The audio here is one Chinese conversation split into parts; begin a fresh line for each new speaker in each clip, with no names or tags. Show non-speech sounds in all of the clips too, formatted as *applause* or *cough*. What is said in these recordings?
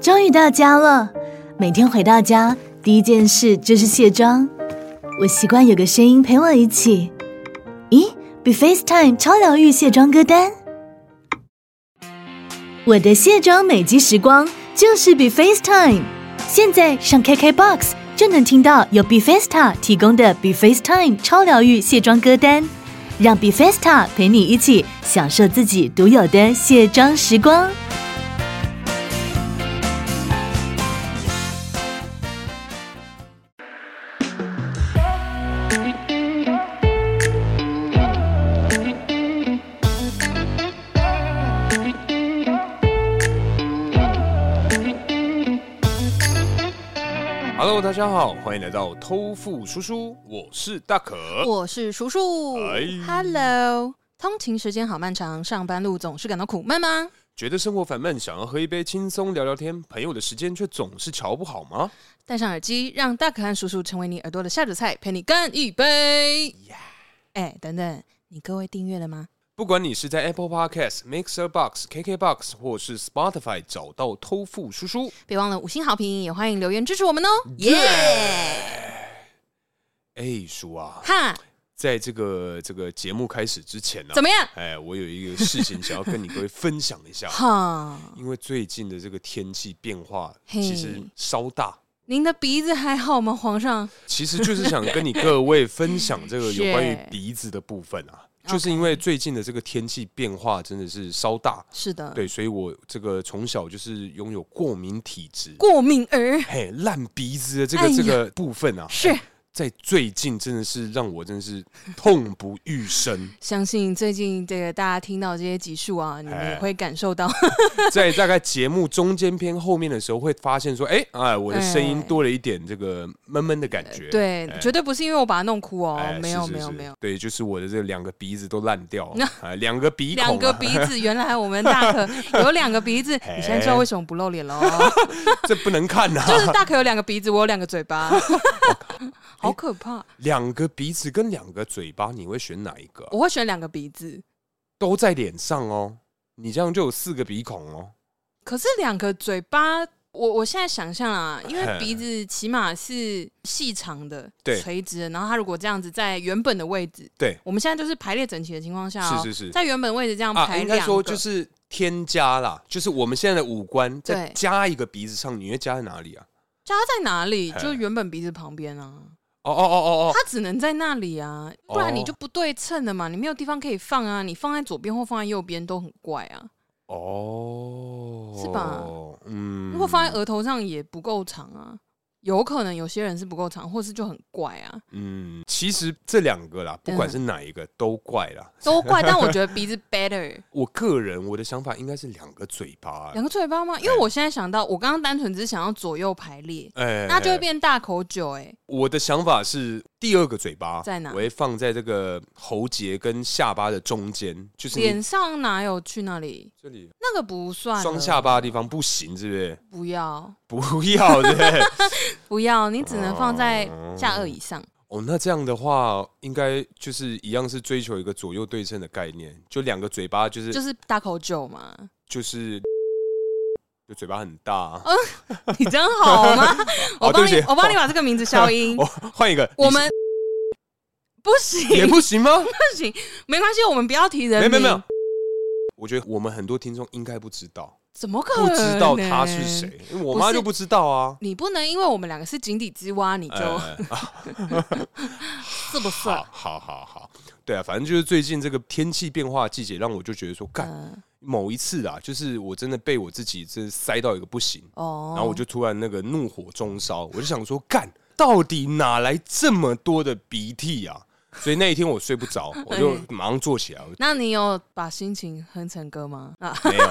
终于到家了。每天回到家，第一件事就是卸妆。我习惯有个声音陪我一起。咦，比 FaceTime 超疗愈卸妆歌单。我的卸妆美肌时光就是比 FaceTime。现在上 KKBox 就能听到由 b e f e s t a 提供的 b e f e s t i m e 超疗愈卸妆歌单，让 b e f e s t a 陪你一起享受自己独有的卸妆时光。
Hello，大家好，欢迎来到偷富叔叔，我是大可。
我是叔叔
哎。
Hello，通勤时间好漫长，上班路总是感到苦闷吗？
觉得生活烦闷，想要喝一杯轻松聊聊天，朋友的时间却总是瞧不好吗？
戴上耳机，让大可和叔叔成为你耳朵的下酒菜，陪你干一杯。哎、等等，你各位订阅了吗？
不管你是在 Apple Podcast、Mixer Box、KK Box 或是 Spotify 找到偷富叔叔。
别忘了五星好评，也欢迎留言支持我们哦。耶、
哎，叔啊，
哈，
在这个这个节目开始之前呢、
怎么样？
哎，我有一个事情想要跟你各位分享一下，
哈，
因为最近的这个天气变化
嘿
其实稍大。
您的鼻子还好吗，皇上？
其实就是想跟你各位分享这
*laughs*
个
是
有关于鼻子的部分啊，就是因为最近的这个天气变化真的是稍大，
是的，
对，所以我这个从小就是拥有过敏体质，
过敏儿
嘿，烂鼻子的这个
哎呀
这个部分啊，
是。
在最近真的是让我真的是痛不欲生， *laughs*
相信最近这个大家听到这些集数啊，你们
哎
也会感受到
在大概节目中间篇后面的时候会发现说，哎哎，我的声音
哎
多了一点这个闷闷的感觉，
对，绝对不是因为我把它弄哭哦，
哎
没有
是是
没有
是
没有。
对，就是我的这两个鼻子都烂掉，哎，两个鼻孔、啊，
两个鼻子，原来我们
*laughs*
大可有两个鼻子，
哎
你现在知道为什么不露脸了哦？
*laughs* 这不能看啊呐、
就是大可有两个鼻子，我有两个
*laughs*
嘴巴，好可怕！
两个鼻子跟两个嘴巴，你会选哪一个啊？
我会选两个鼻子，
都在脸上哦，你这样就有四个鼻孔哦。
可是两个嘴巴，我我现在想象啊，因
嘿
为鼻子起码是细长的、
对
垂直的，然后它如果这样子在原本的位置，
对
我们现在就是排列整齐的情况下哦，
是是是
在原本位置这样
啊，
排
应该
两
说
个，
就是添加啦，就是我们现在的五官
对
再加一个鼻子上，你会加在哪里啊？
加在哪里？
嘿
就原本鼻子旁边啊。
哦哦哦哦
它只能在那里啊，
哦
不然你就不对称了嘛，你没有地方可以放啊，你放在左边或放在右边都很怪啊。
哦，哦，
是吧？
嗯，
如果放在额头上也不够长啊，有可能有些人是不够长，或是就很怪啊，
嗯，其实这两个啦，不管
嗯
是哪一个都怪啦。
都怪。但我觉得鼻子
*laughs*
better，
我个人我的想法应该是两个嘴巴、
两
欸，
个嘴巴吗？因为我现在想到，我刚刚单纯只是想要左右排列，
哎
那就会变大口酒哎、
我的想法是，第二个嘴巴
在哪
我会放在这个喉结跟下巴的中间，就是你
脸上哪有去那里？
这里
那个不算了
双下巴的地方不行，是不是？ *laughs*
不要
不要对不对？
不要，你只能放在下颚以上。
*laughs* 哦，那这样的话，应该就是一样是追求一个左右对称的概念，就两个嘴巴就是
就是大口酒嘛，
就是，就嘴巴很大。啊
哦 *laughs* 你这样好
*laughs*
吗？我帮
对
你
不起，哦
我帮你把这个名字
*laughs*
消音
我。换一个，
我们不
你是 *laughs*
行，
也
不
不行吗？
行，没关系，我们不要提人
没有
名。
没有没有，，我觉得我们很多听众应该不知
*laughs*
道，
怎么可
不
能？
知道他是谁。，因为我妈
不是
就不知道啊。
你不能因为我们两个是井底之蛙，你就、
哎
是不是？
好好好好，对啊，反正就是最近这个天气变化的季节，让我就觉得说，干
嗯
某一次啊，就是我真的被我自己真塞到一个不行，
哦，
然后我就突然那个怒火中烧，我就想说，干到底哪来这么多的鼻涕啊？所以那一天我睡不着，我
*laughs*
就马上坐起来，我
那你有把心情哼成歌吗？啊，
没有，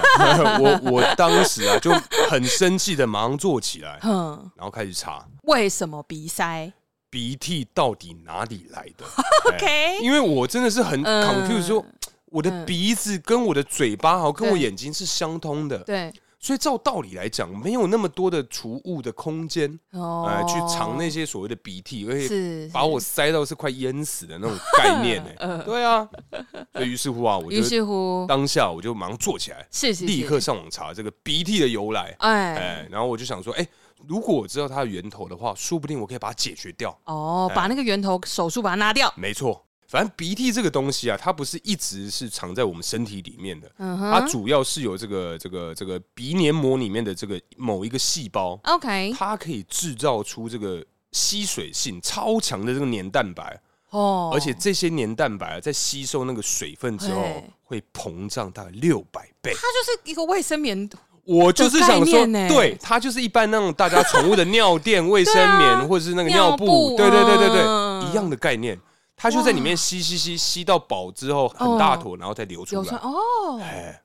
我我当时啊就很生气的马上坐起来，
哼，
然后开始查
为什么鼻塞
鼻涕到底哪里来
*laughs*
的。哎
？OK，
因为我真的是很
嗯
confused，说我的鼻子跟我的嘴巴，好，跟我
对
眼睛是相通的，
对，
所以照道理来讲，没有那么多的储物的空间，
哦，
呃，去藏那些所谓的鼻涕，而且
是嗯
把我塞到是快淹死的那种概
*laughs*
念呢、对啊，所以于是乎啊，我就
于
是
乎
当下我就马上坐起来，
是是
立刻
是
上网查这个鼻涕的由来。
哎
哎，然后我就想说，哎，如果我知道它的源头的话，说不定我可以把它解决掉。
哦，把那个源头手术把它拿掉，
没错，反正鼻涕这个东西啊，它不是一直是藏在我们身体里面的，
嗯
它
哼
主要是由这个这个这个鼻黏膜里面的这个某一个细胞，
，OK，
它可以制造出这个吸水性超强的这个黏蛋白，
哦，
而且这些黏蛋白啊在吸收那个水分之后
嘿
会膨胀大概六百倍。
它就是一个卫生棉，
我就是想
的
说
概，念欸
对，它就是一般那种大家宠物的尿垫、卫生
*laughs*
棉或者是那个
啊尿
尿
布
布，对对对对
嗯
对，一样的概念。它就在里面吸吸吸吸到饱之后，很大坨，然后再流出
有穿
来。
哦，
哎，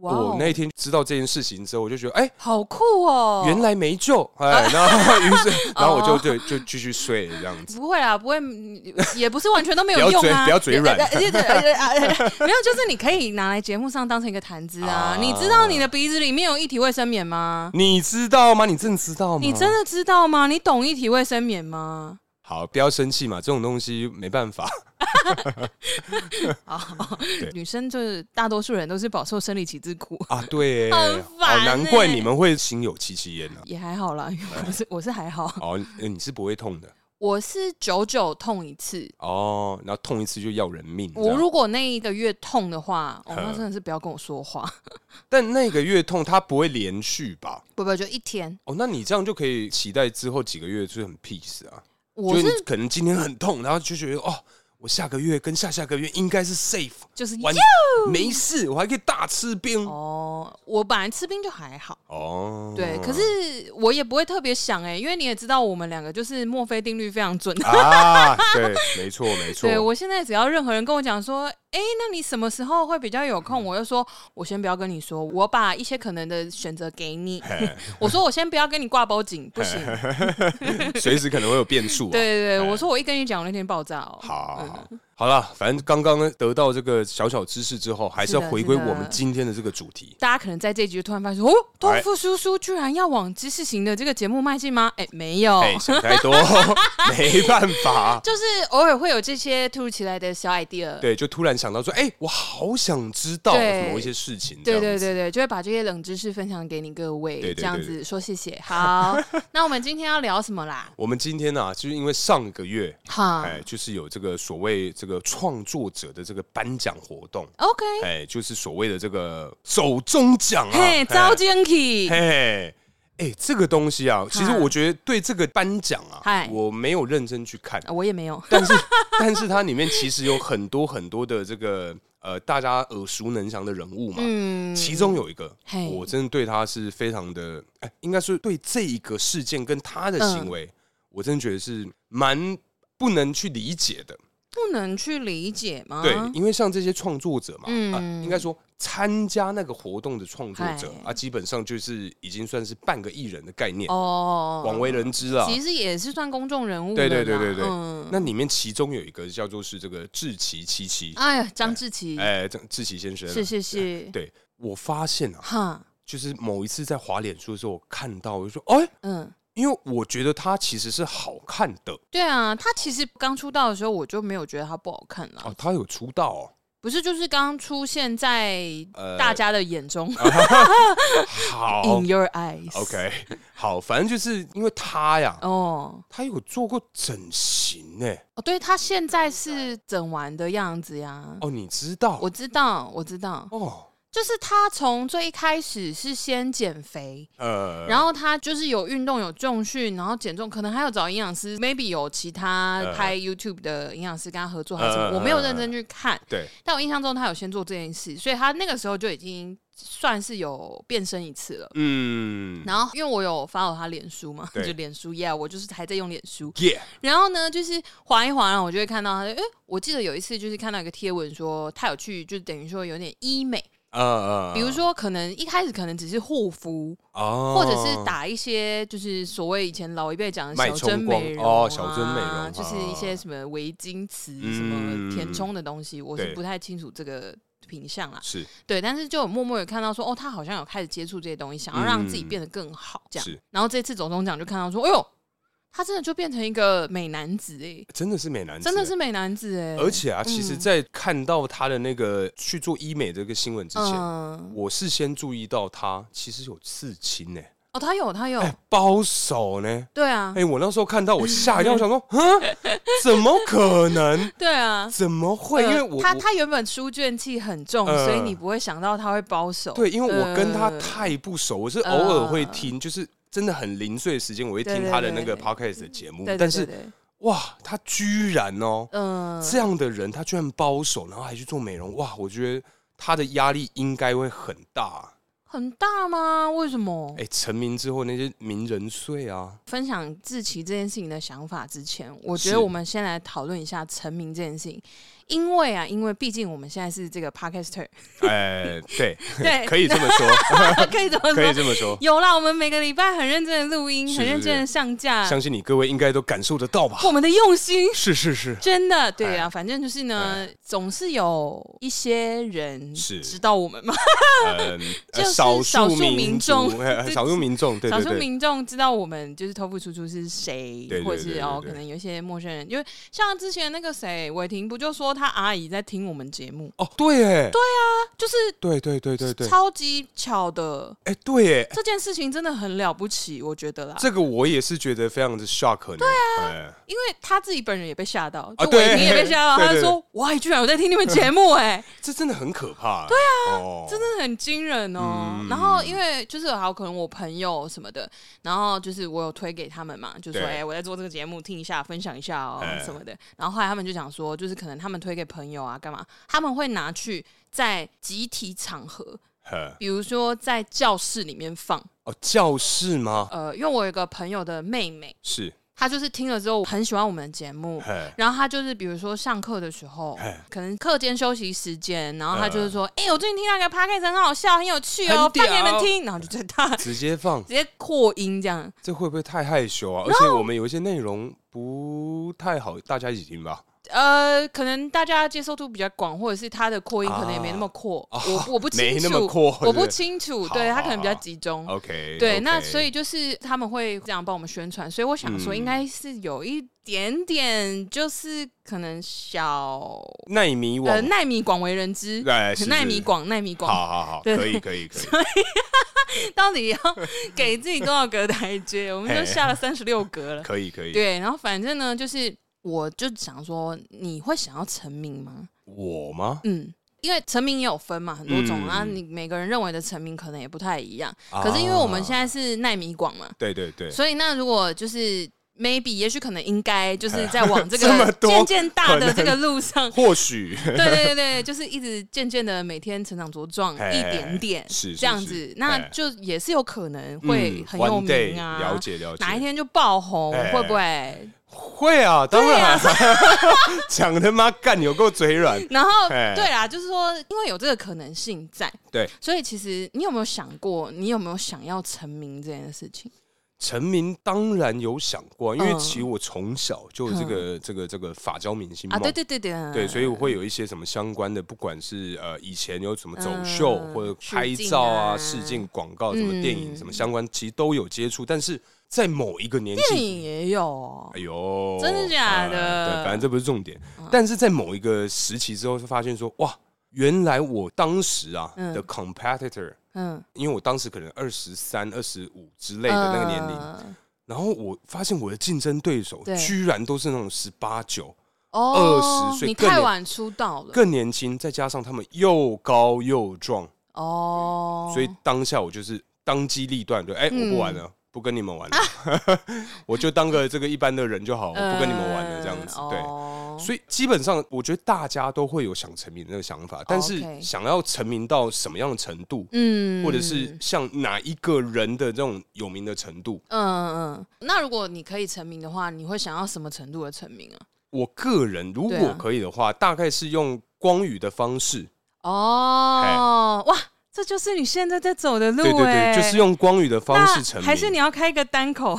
哇
我
哦，
那一天知道这件事情之后，我就觉得，哎，
好酷哦，
原来没救，
*laughs*
哎，然后于是，然后我就对就继续睡了这样子。
不会啦，不会， *laughs* 嗯也不是完全都没有
不要
用
嘴 *laughs*
啊。
不要嘴软
呃呃呃呃呃呃
*laughs*
呃没有，就是你可以拿来节目上当成一个谈资啊
啊。
你知道你的鼻子里面有一体卫生棉吗？
你知道吗？你真的知道吗？
你真的知道吗？你懂一体卫生棉吗？
好，不要生气嘛，这种东西没办法。
啊
*laughs* 对，
女生就是大多数人都是饱受生理期之苦，
啊，对耶，
很烦
哦难怪
欸
你们会心有戚戚焉啊。
也还好啦，因为我是我是还好，
哦，呃你是不会痛的
我是久久痛一次。
哦，然后痛一次就要人命。这
我
样
如果那一个月痛的话，哦，那
呵
真的是不要跟我说话， *laughs*
但那个月痛它不会连续吧？
不不，就一天。
哦，那你这样就可以期待之后几个月就是很 peace 啊，
我
就是你可能今天很痛，然后就觉得哦，我下个月跟下下个月应该是 safe，
就是
完没事，我还可以大吃冰哦
哦，我本来吃冰就还好，
嗯
对，可是我也不会特别想哎、因为你也知道我们两个就是墨菲定律非常准。
啊，对，没错没错，
对我现在只要任何人跟我讲说，哎、那你什么时候会比较有
嗯
空？我就说，我先不要跟你说，我把一些可能的选择给你。
*laughs*
我说我先不要跟你挂包紧，不行。
随时可能会有变 *laughs* 数、啊。
对对对，我说我一跟你讲，我那天爆炸哦。
好好好，好了，反正刚刚得到这个小小知识之后，还是要
是的
回归
是的
我们今天的这个主题。
大家可能在这一集就突然发现说，
哎
哦，豆腐叔叔居然要往知识型的这个节目迈进吗？哎、没有，
哎、想太
*laughs*
多，没办法。
就是偶尔会有这些突如其来的小 idea。
对，就突然想到说，哎、我好想知道
对
某一些事情，这
对
样
对
子。
对对，就会把这些冷知识分享给你各位，
对对对
这样
对
子说谢谢。
*laughs*
好，那我们今天要聊什么啦？
我们今天呢、啊，就是因为上个月，
哈、
哎、就是有这个所谓这个创作者的这个颁奖活动，
o k
哎、就是所谓的这个走中奖啊，
嘿，招金
嘿，
起，
嘿哎、这个东西啊，其实我觉得对这个颁奖啊
嗨，
我没有认真去
*laughs*
看，
啊我也没有，
但是但是它里面其实有很多很多的这个呃大家耳熟能详的人物嘛，
嗯，
其中有一个
嘿，
我真的对他是非常的，哎、应该是对这一个事件跟他的行
嗯
为，我真的觉得是蛮不能去理解的。
不能去理解吗？
对，因为像这些创作者嘛，
啊嗯
啊，应该说参加那个活动的创作者
嗨
啊，基本上就是已经算是半个艺人的概念，
哎哦，
广为人知啊。
其实也是算公众人物
对
的
对对
啦
对对，
嗯，
那里面其中有一个叫做是这个志奇七七，
哎呀，张志奇，
哎，郑志奇先生啊，
是是是，
对我发现啊，
哈，
就是某一次在滑脸书的时候，我看到我就说，哎，
嗯。
因为我觉得他其实是好看的
对啊，他其实刚出道的时候，我就没有觉得他不好看啦。
哦，他有出道、哦，
*laughs* 不是，就是刚出现在
呃
大家的眼中、
好
i n your eyes。
，OK，好， *laughs* 反正就是因为他呀，
哦
他有做过整形呢，
哦，对他现在是整完的样子呀。
哦，你知道
我知道，我知道，
哦，
就是他从最一开始是先减肥，
呃，
然后他就是有运动、有重训，然后减重，可能还有找营养师，maybe 有其他
呃
拍 YouTube 的营养师跟他合作还是什
呃
么，
呃
我没有认真去看，
对，
但我印象中他有先做这件事，所以他那个时候就已经算是有变身一次了。
嗯，
然后，因为我有 follow 他脸书嘛，
对
就脸书 y 我就是还在用脸书。
耶，
然后呢，就是划一划，然后我就会看到他，哎、我记得有一次就是看到一个贴文说他有去，就等于说有点医美，
呃呃，
比如说可能一开始可能只是护肤，
哦，
或者是打一些就是所谓以前老一辈讲的
脉
小针
冲光
美容、啊
哦小针美容啊嗯
就是一些什么维金词、什么填充的东西，我是
对
不太清楚这个品相啊啦，
是
对，但是就有默默有看到说，哦，他好像有开始接触这些东西，想要让自己变得更好，这样。
嗯是
然后这次总统奖就看到说，哎呦，他真的就变成一个美男子哎、
真的是美男子，欸
真的是美男子哎、
而且啊，其实，在看到他的那个去做医美这个新闻之前，
嗯，
我是先注意到他其实有刺青呢、
哦，他有他有，
哎、包手呢、
对啊
哎、，我那时候看到我吓一
*laughs*
跳，我想说，嗯，怎么可能？
对啊。
怎么会？
呃
因为我
他
我
他原本书卷气很重，
呃
所以你不会想到他会包手。
对，因为我跟他
呃
太不熟，我是偶尔会听，就是真的很零碎的时间，我会
对
听
对
他的那
对
个 podcast 的节目
对对。
但
对
是
对
哇，他居然哦，
嗯，
这样的人他居然包手，然后还去做美容，哇，我觉得他的压力应该会很大。
很大吗？为什么？
哎、成名之后那些名人税啊，
分享志奇这件事情的想法之前，我
是
觉得我们先来讨论一下成名这件事情，因为啊，因为毕竟我们现在是这个
*laughs*
podcaster，
*laughs* 哎、对，
对
可以这么
*laughs*
说，
可以怎么
可以
说？
这么说。
有啦，我们每个礼拜很认真的录音，
是
很认真的上架，
相信你各位应该都感受得到吧？
我们的用心。
是是是，
真的，对
哎
啊，反正就是呢，总是有一些人
是
知道我们嘛，
嗯，呃
*laughs* 就是
数
少数
民
民
族
众
呃少数民众，对
少
对
数
对，
民众知道我们就是偷富出出是谁
对对，
或
对
者是
对
哦，
对
可能有一些陌生人，因为像之前那个谁伟霆不就说他阿姨在听我们节目，
哦，对，哎，
就是
对对对对对，
超级巧的，
哎，对，哎，
这件事情真的很了不起，我觉得啦，
这个我也是觉得非常的 shock 呢。对啊，
因为他自己本人也被吓到，
啊
就伟
对
霆也被
*laughs*
吓到，
对
他就
对
说：“哇，居然有在听你们节目、
*laughs*
哎，
这真的很可怕。对啊，哦，
真的很惊人哦。
嗯
然后因为就是好可能我朋友什么的，然后就是我有推给他们嘛，就说：“
对
哎、我在做这个节目，听一下，分享一下哦、
哎
什么的。”然后后来他们就讲说，就是可能他们推给朋友啊，干嘛，他们会拿去在集体场合，
呵
比如说在教室里面放。
哦，教室吗？
呃，因为我有一个朋友的妹妹。
是，
他就是听了之后很喜欢我们的节目。
嘿，
然后他就是，比如说上课的时候
嘿，
可能课间休息时间，然后他就是说：“哎、我最近听到一个 podcast 很好笑，很有趣哦，
很屌
放给你们听。”然后就在他 *laughs*
直
直
接放，
接扩音这样，
这会不会太害羞啊？而且我们有一些内容不太好，大家一起听吧。
呃，可能大家接受度比较广，或者是他的扩音可能也没那么扩，
啊
我我不清楚，
没那么扩对
我不清楚，
好
对他
好
可能比较
好
集中。
OK，
嗯对那所以就是他们会这样帮我们宣传，所以我想说
嗯
应该是有一点点，就是可能小
耐米网
呃，奈米广为人知，
哎是
奈
是
米广，奈米
好
广，
好好，
对
可以可以可以，
*laughs* 到底要给自己多少格台
*laughs*
阶？我们就下了三十六格了。
可以可以。
对，然后反正呢，就是我就想说，你会想要成名吗？
我吗？
嗯。因为成名也有分嘛，很多种
嗯
啊，你每个人认为的成名可能也不太一样。可是因为我们现在是奈米广嘛，
对对啊对，
所以那如果就是 maybe 也许可能应该就是在往这
哎 *laughs* 这么
个
多
渐渐大
可
的
能
这个路上，
或
*laughs*
许 *laughs*
对对对对，就是一直渐渐的每天成长茁壮
嘿
一点点，
是是
这样
是
子，那
嘿
就也是有可能
嗯
会很有
one day，
名啊。
了解了解，
哪一天就爆红，
嘿
会不会？
会啊？当然，啊 *laughs* 讲他妈干有够嘴软。
*laughs* 然后
嘿嗯
对啦，就是说，因为有这个可能性在，
对，
所以其实你有没有想过，你有没有想要成名这件事情？
成名当然有想过，因为
嗯
其实我从小就有这个、这个这个法交明星
啊，
梦。
对对对对，
嗯对，所以我会有一些什么相关的，不管是呃以前有什么走秀、
嗯
或者
试
拍
镜
照啊、
啊
试镜、广告、什么电影、
嗯
什么相关，其实都有接触。但是在某一个年
电
纪，
影也有哦
哎，呦，
真的假的嗯
哎对，反正这不是重点。但是在某一个时期之后，就发现说，哇，原来我当时啊、
嗯
的 competitor，
嗯，
因为我当时可能二十三、二十五之类的那个年龄，
呃
然后我发现我的竞争对手
对
居然都是那种十八九
哦，
20岁
你
更
太
年
晚出道了，
更年轻，再加上他们又高又壮，
哦，嗯
所以当下我就是当机立断，就哎、我不玩了。不跟你们
*laughs*
玩了，我就当个这个一般的人就好，我不跟你们玩了这样子。
嗯
对，
哦
所以基本上我觉得大家都会有想成名的那个想法，但是
哦 OK
想要成名到什么样的程度，
嗯
或者是像哪一个人的这种有名的程度，
嗯嗯，嗯那如果你可以成名的话，你会想要什么程度的成名啊？
我个人如
对
果
啊
可以的话，大概是用光语的方式，
哦，哇，这就是你现在在走的路、
对对
哎
对，就是用光语的方式成
那
名，
还是你要开一个单口，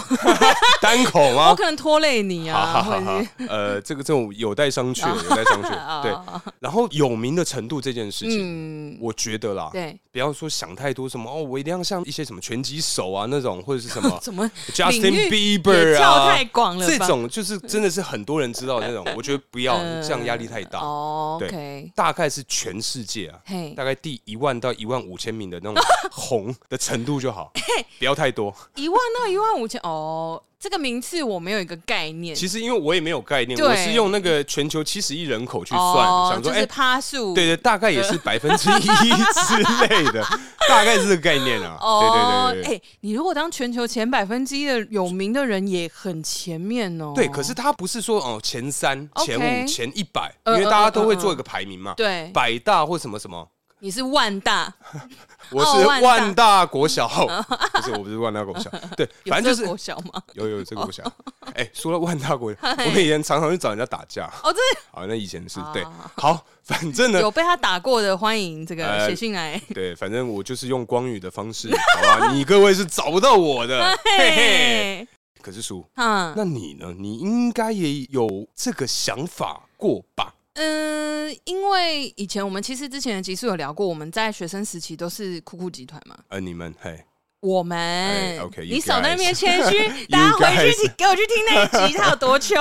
单口
*laughs* 我
吗？
可能拖累你
好
啊，
好
或
好
者
好
是，
呃，这个这种有待商
*laughs*
榷，有待商榷。对，
啊
然后有名的程度这件事情，
嗯，
我觉得啦，
对，
不要说想太多什么哦，我一定要像一些什么拳击手啊那种，或者是什么
怎么领
Justin
域
Bieber
也跳
啊，
太广了吧，
这种就是真的是很多人知道
*laughs*
的那种，我觉得不要
嗯
这样压力太大。
哦
对
，OK，
大概是全世界啊，
嘿
大，概第一万到一万五千名的
*laughs*
那种红的程度就好，不要太多。
一万到一万五千，哦，这个名次我没有一个概念，
其实因为我也没有概念，
对
我是用那个全球七十亿人口去
哦
算，想说
就是
哎，
趴数，
对对，大概也是百分之一之类
*laughs*
的，大概是这个概念啊。
哦，
对对对对对。
哎，你如果当全球前百分之一的有名的人，也很前面哦。
对，可是它不是说哦前三、
OK
前五、前一百，因
嗯
为大家都会
嗯嗯嗯
做一个排名嘛，
对，
百大或什么什么。
你是万大，
我是
哦万大哦
万大国小， *laughs* 不是我不是万大国
*laughs*
小，对，
有
反正就
这个
是
国
*laughs*
小哦吗？
有有这个国小。哎，说到万大国
*laughs*
小，我们以前常常去找人家打架，
哦，这
好，那以前是
啊
对，好，反正呢，
有被他打过的，欢迎这个
呃
写信来。
*laughs* 对，反正我就是用光语的方式，好
*laughs*
吧，你各位是找不到我的，嘿嘿。
嘿，
可是叔，
嗯
那你呢？你应该也有这个想法过吧？
嗯，因为以前我们其实之前的集数有聊过，我们在学生时期都是酷酷集团嘛。
呃，你们嘿，
我
哎
们
，OK，you
你少在那边
guys
谦虚，大家
*laughs*
回
You guys
去给我去听那一集，他有多秋，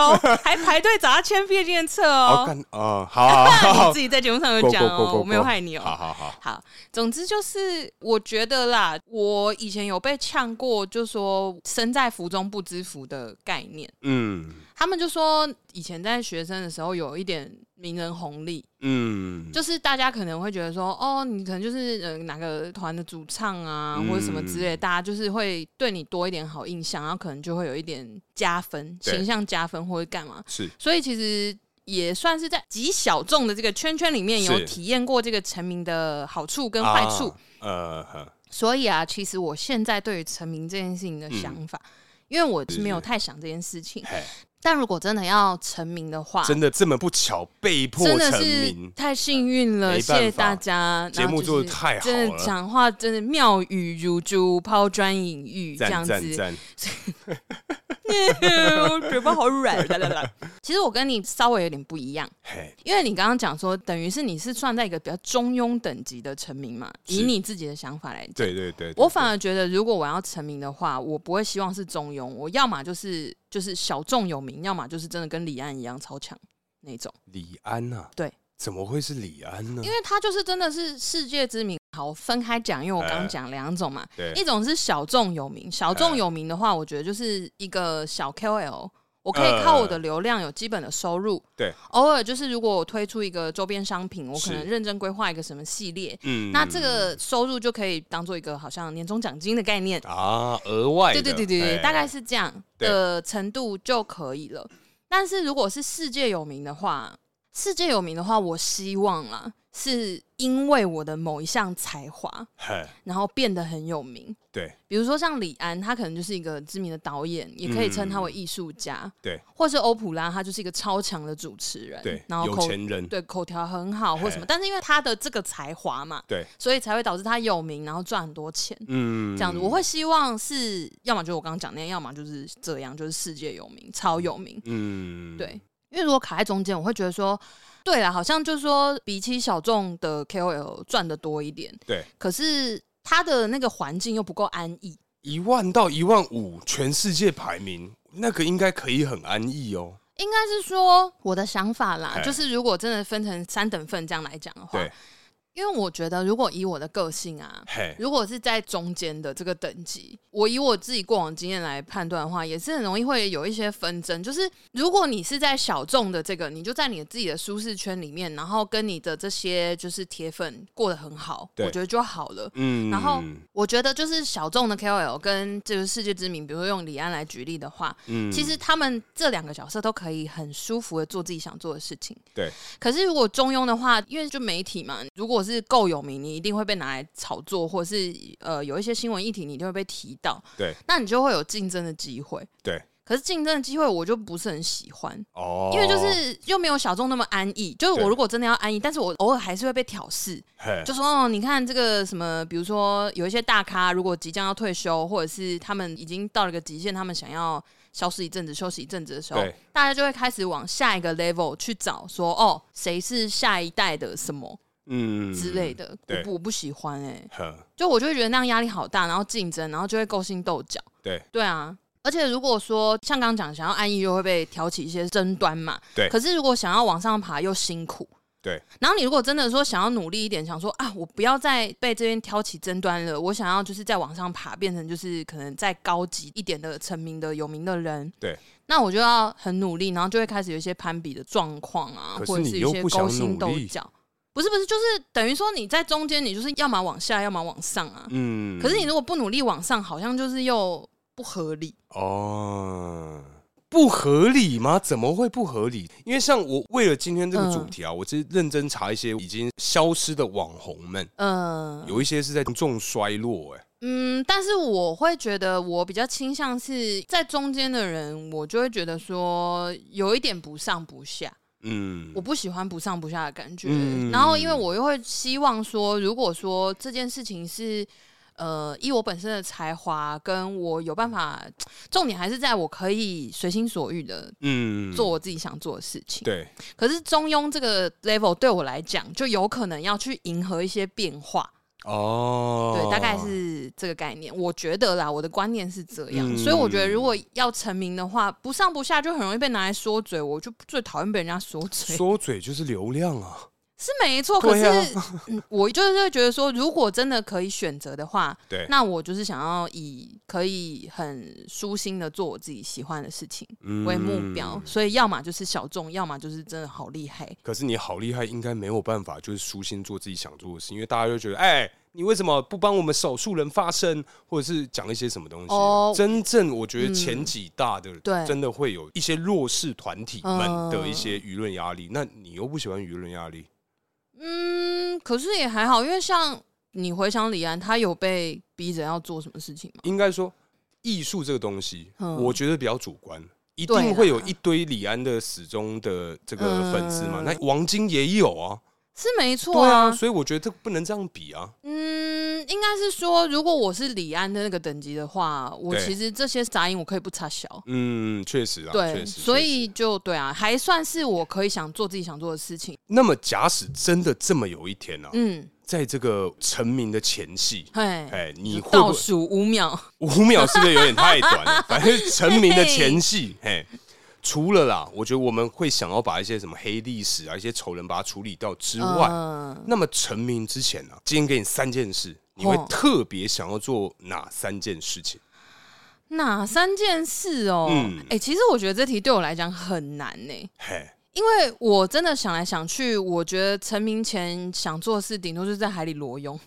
还排队找他签毕业纪念册
*laughs* 哦，
哦。
干哦，好好好
*laughs* 你
好
自，己在节目上有
Go,
讲
go, go,
哦，
go,
我没有
go
害 *laughs* 你哦。
好好好，
好，总之就是我觉得啦，我以前有被呛过，就说身在福中不知福的概念。
嗯
他们就说以前在学生的时候有一点名人红利，
嗯，
就是大家可能会觉得说，哦，你可能就是呃哪个团的主唱啊，
嗯
或者什么之类，大家就是会对你多一点好印象，然后可能就会有一点加分，
对
形象加分或者干嘛。
是
所以其实也算是在极小众的这个圈圈里面有
是
体验过这个成名的好处跟坏处。
啊呃呵
所以啊，其实我现在对于成名这件事情的想法，因为我是没有太想这件事情。
嗯嘿，
但如果真的要成名的话，
真的这么不巧被迫
啊真的
成
是
名，
太幸运了，
没
谢
办法
谢大家。
节目做的太好
然后就是真的
了，
讲话真的妙语如珠，抛砖引玉这样
赞
子。
赞赞，
*laughs* 我嘴巴好软。啦啦啦其实我跟你稍微有点不一样。
嘿，
因为你刚刚讲说，等于是你是算在一个比较中庸等级的成名嘛？
是
以你自己的想法来讲，
对对对，对
我反而觉得，如果我要成名的话，我不会希望是中庸，我要么就是就是小众有名，要么就是真的跟李安一样超强那种，
李安呐，
对，
怎么会是李安呢
因？为他就是真的是世界知名。好，分开讲，因为我刚
哎
刚讲两种嘛，
对
一种是小众有名，小众有名的话，我觉得就是一个小 KOL。我可以靠我的流量有基本的收入，
呃对，
偶尔就是如果我推出一个周边商品，我可能
是
认真规划一个什么系列，
嗯
那这个收入就可以当做一个好像年终奖金的概念，
啊，额外的
对对对对对，
嘿
大概是这样
对
的程度就可以了。但是如果是世界有名的话，世界有名的话，我希望啦，是因为我的某一项才华，
嘿，
然后变得很有名。
对
比如说像李安，他可能就是一个知名的导演，也可以称
嗯
他为艺术家，
对
或是欧普拉，他就是一个超强的主持人，
对，
然后
有
口
钱人，
对口条很好或什么
嘿，
但是因为他的这个才华嘛，
对，
所以才会导致他有名，然后赚很多钱。
嗯
这样子，我会希望是要么就是我刚刚讲那样，要么就是这样，就是世界有名，超有名。
嗯，
对，因为如果卡在中间，我会觉得说，对啦，好像就是说，比起小众的 KOL 赚的多一点，
对，
可是他的那个环境又不够安逸。
一万到一万五，全世界排名，那个应该可以很安逸哦。
应该是说我的想法啦
哎，
就是如果真的分成三等份这样来讲的话
对，
因为我觉得如果以我的个性啊，
嘿，
如果是在中间的这个等级，我以我自己过往经验来判断的话，也是很容易会有一些纷争。就是如果你是在小众的这个，你就在你自己的舒适圈里面，然后跟你的这些就是铁粉过得很好，
对
我觉得就好了。
嗯
然后我觉得就是小众的 KOL 跟这个世界知名，比如说用李安来举例的话，
嗯
其实他们这两个角色都可以很舒服的做自己想做的事情。
对。
可是如果中庸的话，因为就媒体嘛，如果是够有名，你一定会被拿来炒作，或者是呃有一些新闻议题，你就会被提到。
对。
那你就会有竞争的机会。
对。
可是竞争的机会我就不是很喜欢，
哦，
因为就是又没有小众那么安逸。就是我
对
如果真的要安逸，但是我偶尔还是会被挑事，
嘿
就说哦，你看这个什么，比如说有一些大咖，如果即将要退休，或者是他们已经到了一个极限，他们想要消失一阵子、休息一阵子的时候
对，
大家就会开始往下一个 level 去找说，哦，谁是下一代的什么
嗯
之类，的。
对
我不我不喜欢哎、欸
呵，
就我就会觉得那样压力好大，然后竞争，然后就会勾心斗角。
对
对啊。而且如果说像刚刚讲，想要安逸又会被挑起一些争端嘛，
对
可是如果想要往上爬又辛苦，
对，
然后你如果真的说想要努力一点，想说啊，我不要再被这边挑起争端了，我想要就是再往上爬，变成就是可能再高级一点的成名的有名的人。
对，
那我就要很努力，然后就会开始有一些攀比的状况啊，
可是
或者
你
是一
又
些
不想
勾心
努
斗
力
角。不是不是，就是等于说你在中间，你就是要么往下，要么往上啊。
嗯
可是你如果不努力往上，好像就是又不合理。
哦，不合理吗？怎么会不合理？因为像我为了今天这个主题啊，
嗯
我其实认真查一些已经消失的网红们，
嗯、
有一些是在严重衰落、哎，
嗯，但是我会觉得我比较倾向是在中间的人，我就会觉得说有一点不上不下，
嗯
我，不喜欢不上不下的感觉。
嗯
然后因为我又会希望说，如果说这件事情是。呃，依我本身的才华，跟我有办法，重点还是在我可以随心所欲的
嗯
做我自己想做的事情。
对，
可是中庸这个 level 对我来讲，就有可能要去迎合一些变化，
哦，
对，大概是这个概念。我觉得啦，我的观念是这样，
嗯
所以我觉得如果要成名的话，不上不下就很容易被拿来说嘴，我就最讨厌被人家说嘴，
说嘴就是流量啊，
是没错。可
对
是、
啊
嗯我就是会觉得说，如果真的可以选择
*laughs*
的话，
对，
那我就是想要以可以很舒心的做我自己喜欢的事情为目标，
嗯
所以要么就是小众，要么就是真的好厉害。
可是你好厉害，应该没有办法，就是舒心做自己想做的事，因为大家就觉得，哎、你为什么不帮我们少数人发声，或者是讲一些什么东西？
哦嗯
真正我觉得前几大的，
对
真的会有一些弱势团体们
嗯
的一些舆论压力。那你又不喜欢舆论压力？
嗯，可是也还好，因为像你回想李安，他有被逼着要做什么事情吗？
应该说，艺术这个东西，
嗯
我觉得比较主观。一
对
定
啦
会有一堆李安的始终的这个粉丝嘛，
嗯
那王晶也有啊，
是没错
对啊，
啊，
所以我觉得这个不能这样比啊，
嗯，应该是说，如果我是李安的那个等级的话，我
对
其实这些杂音我可以不插小。
嗯，确实啊，确
对，
实，
所
确实
以就对啊，还算是我可以想做自己想做的事情。
那么，假使真的这么有一天啊，
嗯，
在这个成名的前夕，
嘿，
哎，你会不
倒
会
数五秒，
*laughs* 五秒是不是有点太短
*laughs*
了？反正成名的前夕，嘿，除了啦，我觉得我们会想要把一些什么黑历史啊、一些仇人把它处理掉之外，
嗯，
那么成名之前呢、啊，今天给你三件事，你会
哦
特别想要做哪三件事情？
哪三件事哦？
嗯
哎，其实我觉得这题对我来讲很难呢。
嘿，
因为我真的想来想去，我觉得成名前想做的事，顶多就是在海里裸泳。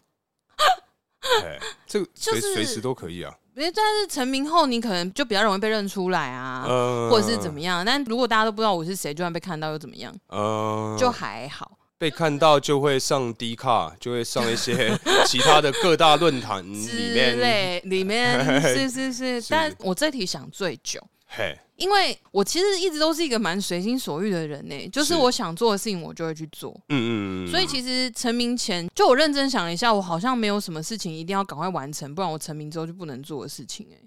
嘿，这个
就
随
是
随时都可以啊，
因为但是成名后，你可能就比较容易被认出来啊，
呃
或者是怎么样。但如果大家都不知道我是谁，就算被看到又怎么样？
呃
就还好。
被看到就会上 D 卡，就会上一些其他的各大论坛里
之
面。
类里
*laughs*
面是是是，
是
但我这题想最久。
嘿，
因为我其实一直都是一个蛮随心所欲的人呢、就是
是
我想做的事情我就会去做，
嗯嗯嗯，
所以其实成名前，就我认真想了一下，我好像没有什么事情一定要赶快完成，不然我成名之后就不能做的事情、欸。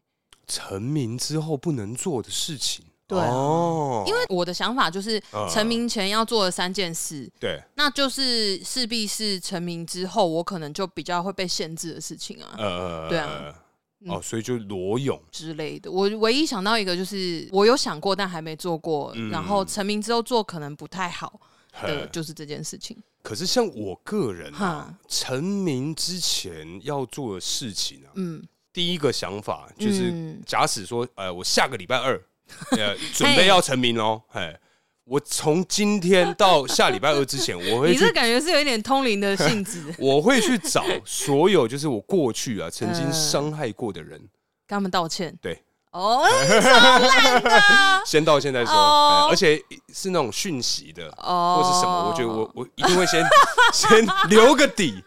成名之后不能做的事情，
对啊
哦，
因为我的想法就是
嗯，
成名前要做的三件事，
对，
那就是势必是成名之后我可能就比较会被限制的事情啊
呃，
对啊，
哦，所以就裸泳，
之类的。我唯一想到一个就是我有想过但还没做过，
嗯
然后成名之后做可能不太好的
嘿
就是这件事情。
可是像我个人啊
哈，
成名之前要做的事情啊，
嗯，
第一个想法就是，
嗯
假使说，呃，我下个礼拜
*laughs*
二，呃，准备要成名哦，嘿，我从今天到下礼拜二之前，我会
你
去，
这感觉是有一点通灵的性质
*laughs* 我会去找所有就是我过去啊曾经伤害过的人，
跟他们道歉。
对， *laughs*
哦，超烂的
先到现在说，
啊哦
哎而且是那种讯息的
哦 *laughs*
或是什么，我觉得我我一定会先先留个底，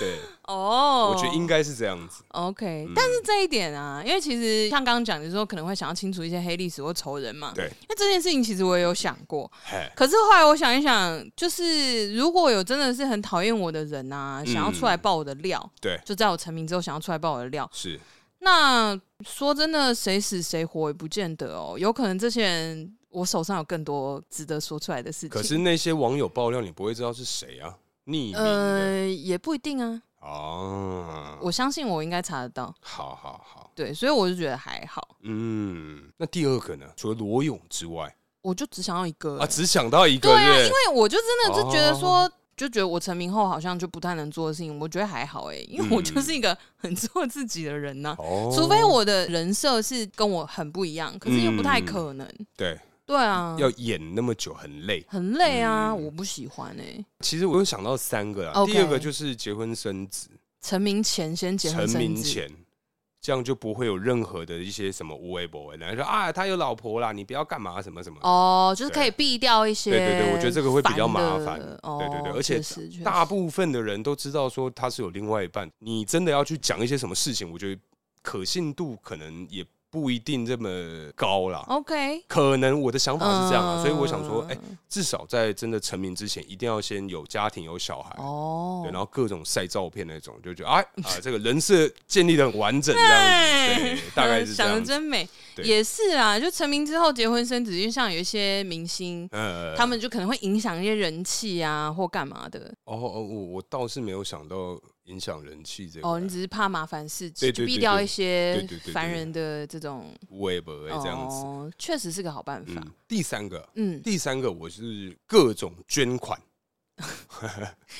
对，
哦
我觉得应嗯该是这样子。
OK，、但是这一点啊，因为其实像刚刚讲，你说可能会想要清除一些黑历史或仇人嘛。
对，
那这件事情其实我也有想过，
嘿，
可是后来我想一想，就是如果有真的是很讨厌我的人啊，想要
嗯
出来爆我的料，
对，
就在我成名之后想要出来爆我的料，
是
那说真的，谁死谁活也不见得哦，有可能这些人我手上有更多值得说出来的事情。
可是那些网友爆料，你不会知道是谁啊，匿名的
呃，也不一定啊，
哦。
我相信我应该查得到。
好好好，
对，所以我就觉得还好，
嗯，那第二个呢？除了罗勇之外，
我就只想要一个
啊，只想到一个，
对啊，
是不
因
是
为我就真的就觉得
哦
说，就觉得我成名后好像就不太能做的事情，我觉得还好哎、因为我就是一个很做自己的人呐、
嗯哦
*laughs* 除非我的人设是跟我很不一样，可是又不太可能。
对
对啊，
嗯要嗯演那么久很累。
很累啊，我不喜欢哎、
其实我又想到三个啦，
OK
第二个就是结婚生子，
成名前先结婚
成
生
名
子，
前，这样就不会有任何的一些什么无微不微，然后说啊他有老婆啦，你不要干嘛什么什么的。
哦，就是可以避掉一些
对
烦的。
对对，我觉得这个会比较麻烦。
哦、
对对对，而且
确实确实
大部分的人都知道说他是有另外一半，你真的要去讲一些什么事情，我觉得可信度可能也不一定这么高啦。
OK，
可能我的想法是这样啊，
哦嗯
所以我想说，哎、至少在真的成名之前，一定要先有家庭、有小孩，
哦
对，然后各种晒照片那种，就觉得哎啊，这个人设建立的很完整，这样子，对，大概是这
哎嗯想
样
的
子。
真美，
对
也是啊。就成名之后结婚生子，就像有一些明星，
呃，
他们就可能会影响一些人气啊，或干嘛的。
哦哦，我我倒是没有想到影响人气这个，
哦，你只是怕麻烦事
对
情，
对
就
对
避掉
对
一些
对对对
烦
对
人的这种。
微博这样子。
哦，确实是个好办法
嗯。，第三个，
嗯，
第三个我是各种捐款，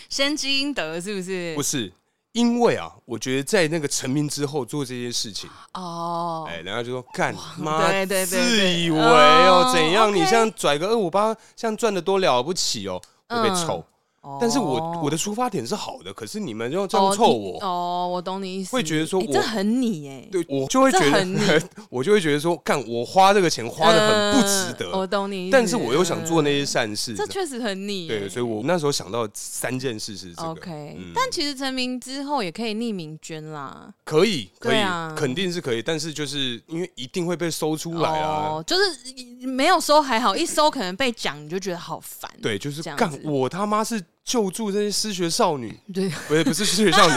先积阴德是不是
不？是因为啊，我觉得在那个成名之后做这些事情，
哦，
哎，人家就说干妈
对对对对
自以为哦
哦
怎样，
OK
你像拽个二五八，像赚的多了不起哦，会被
嗯
臭。
哦
但是我我的出发点是好的，可是你们要这样
哦
臭
你
我，
哦，我懂你意思，
会觉得说
哎
我
这很你哎，
对我就会觉
这很你
得， *laughs* 我就会觉得说，干我花这个钱花的很不值
嗯我
得，
懂你意思，
但是我又想做那些
嗯，
善事，
这确实很你哎，
对，所以我那时候想到三件事是这个
OK，、
嗯
但其实成名之后也可以匿名捐啦，
可以，可以
对啊，
肯定是可以，但是就是因为一定会被搜出来啊。
哦，就是没有收还好，一收可能被讲你就觉得好烦。
对，就是
这样
干
子
我他妈是救助这些失学少女，
对，
不是不是失学少女，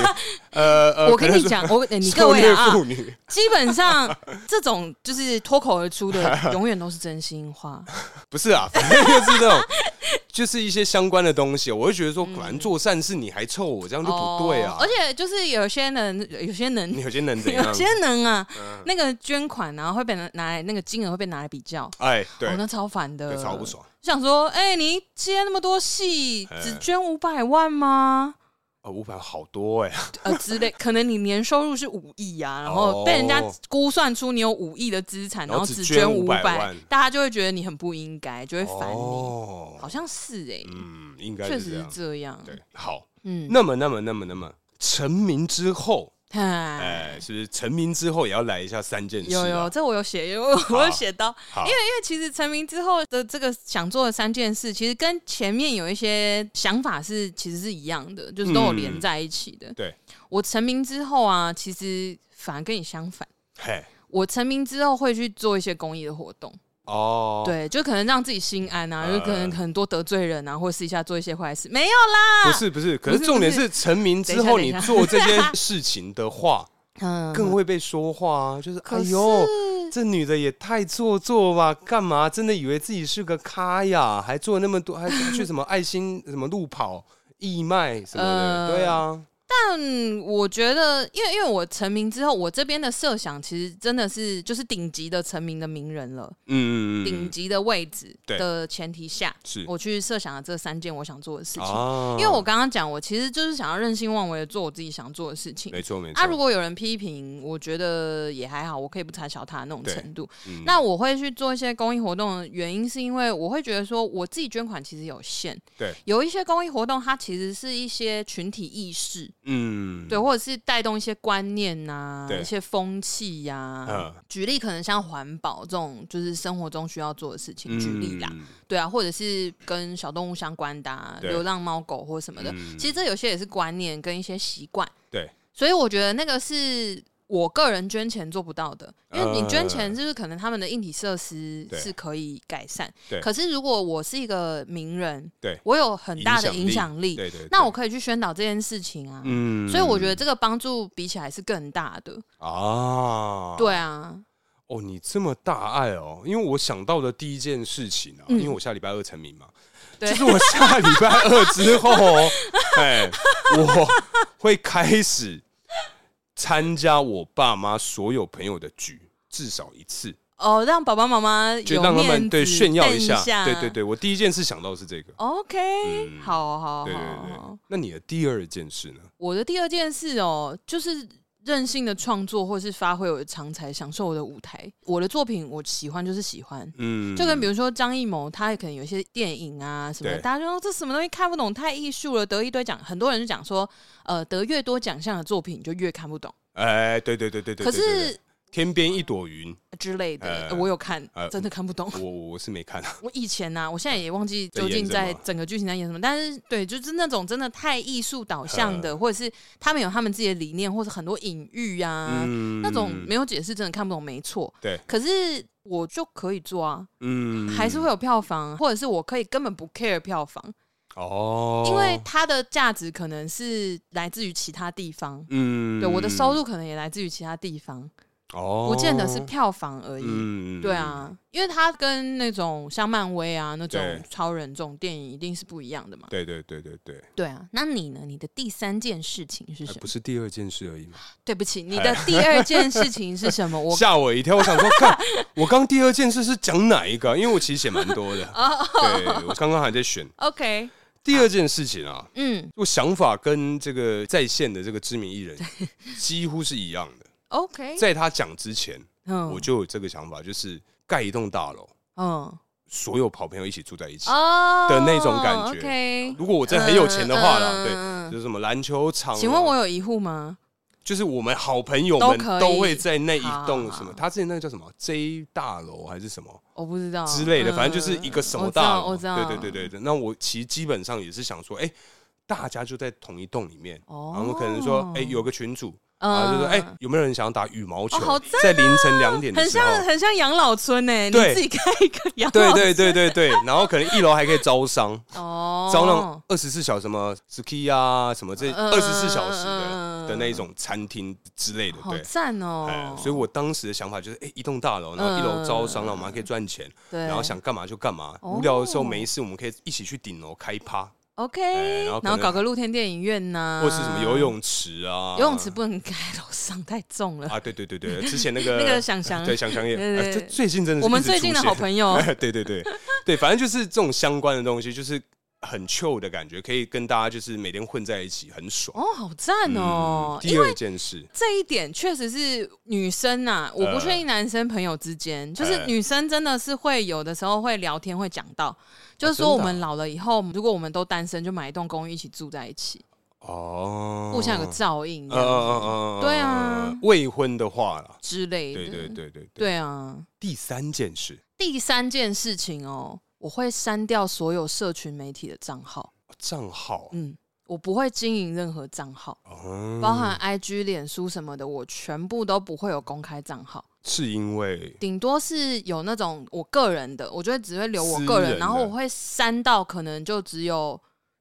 呃呃，
我跟
可能
你
是 *laughs*
讲，我、哎你各
受
位
虐
啊，
妇女，
基本上这种就是脱口而出
*laughs*
的，永远都是真心话。
不是啊， *laughs* 反正就是这种，就是一些相关的东西，我会觉得说，果然做善事你还臭我，这样就不对啊
哦。而且就是有些人，有些人
*laughs* 你，有些嗯能怎样
*laughs* 有？些人啊，那个捐款然后会被拿拿来，那个金额会被拿来比较。
哎，对
哦，，那超烦的
对，，超不。爽。
想说，哎、你接那么多戏，只
哎
捐五百万吗？
哦，五百好多哎，
呃之类， *laughs* 可能你年收入是五亿啊，然后被人家估算出你有五亿的资产，
哦然后
后
只
只
捐
五
500
百
万，
大家就会觉得你很不应该，就会烦你。
哦
好，像是哎、
嗯，应该
确、
是
实
这
是
样。
这样。
对，好，
嗯，
那么，那么，那么，那么，成名之后，哎、
哎，
是不是成名之后也要来一下三件事、啊？
有有，这我有写，有我有写到，因
好，
为其实成名之后的这个想做的三件事，其实跟前面有一些想法是其实是一样的，就是都有连
嗯
在一起的。
对，
我成名之后啊，其实反而跟你相反。
嘿，
我成名之后会去做一些公益的活动，
哦，，
对，就可能让自己心安啊，
呃
就可能很多得罪人啊，或者私下做一些坏事，没有啦，
不是不是，可是
不是
重点
不
是成名之后
等
你
一下等一下
做这些事情的话，
*laughs* 嗯
更会被说话啊，就是哎
可是
呦。这女的也太做作吧？干嘛？真的以为自己是个咖呀？还做那么多，还去什么爱心、什么路跑、义卖什么的？
呃
对啊，
但我觉得，因为因为我成名之后，我这边的设想其实真的是就是顶级的成名的名人了，
嗯，嗯
顶、级的位置
对
的前提下，
是
我去设想了这三件我想做的事情。
啊
因为我刚刚讲，我其实就是想要任性妄为的做我自己想做的事情。
没错没错。
啊，如果有人批评，我觉得也还好，我可以不插小他那种
对
程度。
嗯
那我会去做一些公益活动，的原因是因为我会觉得说，我自己捐款其实有限，
对，
有一些公益活动它其实是一些群体意识，
嗯，
对，或者是带动一些观念呐、
对
一些风气呀、
嗯
举例，可能像环保这种，就是生活中需要做的事情，举例啦，
嗯
对啊，或者是跟小动物相关的、啊，
对
流浪猫狗或什么的。
嗯
其实这有些也是观念跟一些习惯，
对，
所以我觉得那个是我个人捐钱做不到的，因为你捐钱就是可能他们的硬体设施
呃对
是可以改善
对，
可是如果我是一个名人，
对
我有很大的影响力，
对对，对
那我可以去宣导这件事情啊。
嗯
所以我觉得这个帮助比起来是更大的，
啊，
对啊，
哦，你这么大爱哦，因为我想到的第一件事情啊，
嗯
因为我下礼拜二成名嘛，
对
就是我下礼拜二之后哦，哎，我会开始参加我爸妈所有朋友的局。至少一次，
哦，让爸爸妈妈有
就让他
面
们
子
对炫耀一
瞪
下，
下
对对对，我第一件事想到是这个，
，OK，
嗯
好好好
对对对
好。。哦
那你的第二件事呢？
我的第二件事哦，就是任性的创作或是发挥我的长才，享受我的舞台。我的作品我喜欢就是喜欢。
嗯，
就跟比如说张艺谋，他可能有一些电影啊什么的，
对
大家就说这什么东西看不懂，太艺术了，得一堆奖。很多人就讲说，呃，得越多奖项的作品你就越看不懂。
哎，对对对对对，
可
对对对
是
天边一朵云，
之类的，
呃
我有看，
呃
真的看不懂。
我我是没看啊，
我以前呐、我现在也忘记
在
究
演
竟
什
在
么
整个剧情在演什么，但是对，就是那种真的太艺术导向
呃
的，或者是他们有他们自己的理念，或者很多隐喻啊，
嗯
那种没有解释真的看不懂，没错。
对，
可是我就可以做啊，
嗯
还是会有票房，或者是我可以根本不 care 票房，
哦，
因为它的价值可能是来自于其他地方。
嗯
对，我的收入可能也来自于其他地方，
哦，
不见得是票房而已。
嗯
对，啊，因为它跟那种像漫威啊那种
对
超人这种电影一定是不一样的嘛。
对对对对对，
对啊，那你呢？你的第三件事情是
哎
什么？
不是第二件事而已嘛，
对不起，你
哎
的第二件事情是什
*laughs*
么？我
吓我一跳，我想
*laughs*
说，看我刚第二件事是讲哪一个啊？因为我其实写蛮多
*laughs*
的，对我刚刚还在选
哦 OK，
第二件事情啊，
嗯
我想法跟这个在线的这个知名
*laughs*
艺人几乎是一样的，
，OK，
在他讲之前，
嗯
我就有这个想法，就是盖一栋大楼，
嗯
所有好朋友一起住在一起。
哦
的那种感觉
OK，
如果我真的很有钱的话啦，
嗯
对，
嗯嗯
就是什么篮球场啊、
请问我有一户吗？
就是我们好朋友
都
们
可以
都会在那一
好好
栋
好
什么，他之前那个叫什么 J 大楼还是什么
我不知道
之类的，
嗯
反正就是一个什么
我知道
大楼，
我知道，
对对对对对。那我其实基本上也是想说，哎，大家就在同一栋里面，
哦
然后可能说，哎，有个群主，
嗯，
然后就说，哎，有没有人想要打羽毛球
哦好赞？
在凌晨两点的
很
时
像
候。
很像养老村呢，你
哦对
自己开一个养老
对对对对对，然后可能一楼还可以招商，
*laughs* 哦，
招那种二十四小时什么 ski 啊，什么这
嗯
二十四小时
嗯嗯嗯
的的那一种餐厅之类的，
好
对。
赞哦嗯
哎，！所以我当时的想法就是，哎、一栋大楼，然后一楼招商，让我们还可以赚钱，
对，
然后想干嘛就干嘛，
哦
无聊的时候没事，我们可以一起去顶楼开趴，
OK，
哎然后可
然后
能
搞个露天电影院呐，
或是什么游泳池啊，
啊游泳池不能盖楼上，太重了。
啊，对对对对， *laughs* 之前那个
*laughs* 那个想想，
对想想也，
对对
啊这最近真的是
我们
一直出
最近的
现
好朋友
*laughs* 对对对对，反正就是这种相关的东西，就是很 chill 的感觉，可以跟大家就是每天混在一起，很爽。嗯
哦，好赞哦！
第二件事，
这一点确实是女生呐、
呃
我不确定男生朋友之间，就是女生真的是会有的时候会聊天会讲到，就是说
真的啊
我们老了以后，如果我们都单身，就买一栋公寓一起住在一起，
哦，
互相有个照应这
嗯，嗯
样子
嗯嗯嗯，
对啊
未婚的话啦，
之类的。
对对对对对。
对啊！
第三件事，
第三件事情哦，我会删掉所有社群媒体的账号，
账号，
嗯，我不会经营任何账号。
嗯，
包含 IG、脸书什么的，我全部都不会有公开账号，
是因为
顶多是有那种我个人的，我就会只会留我个
私
人，
人的
然后我会删到可能就只有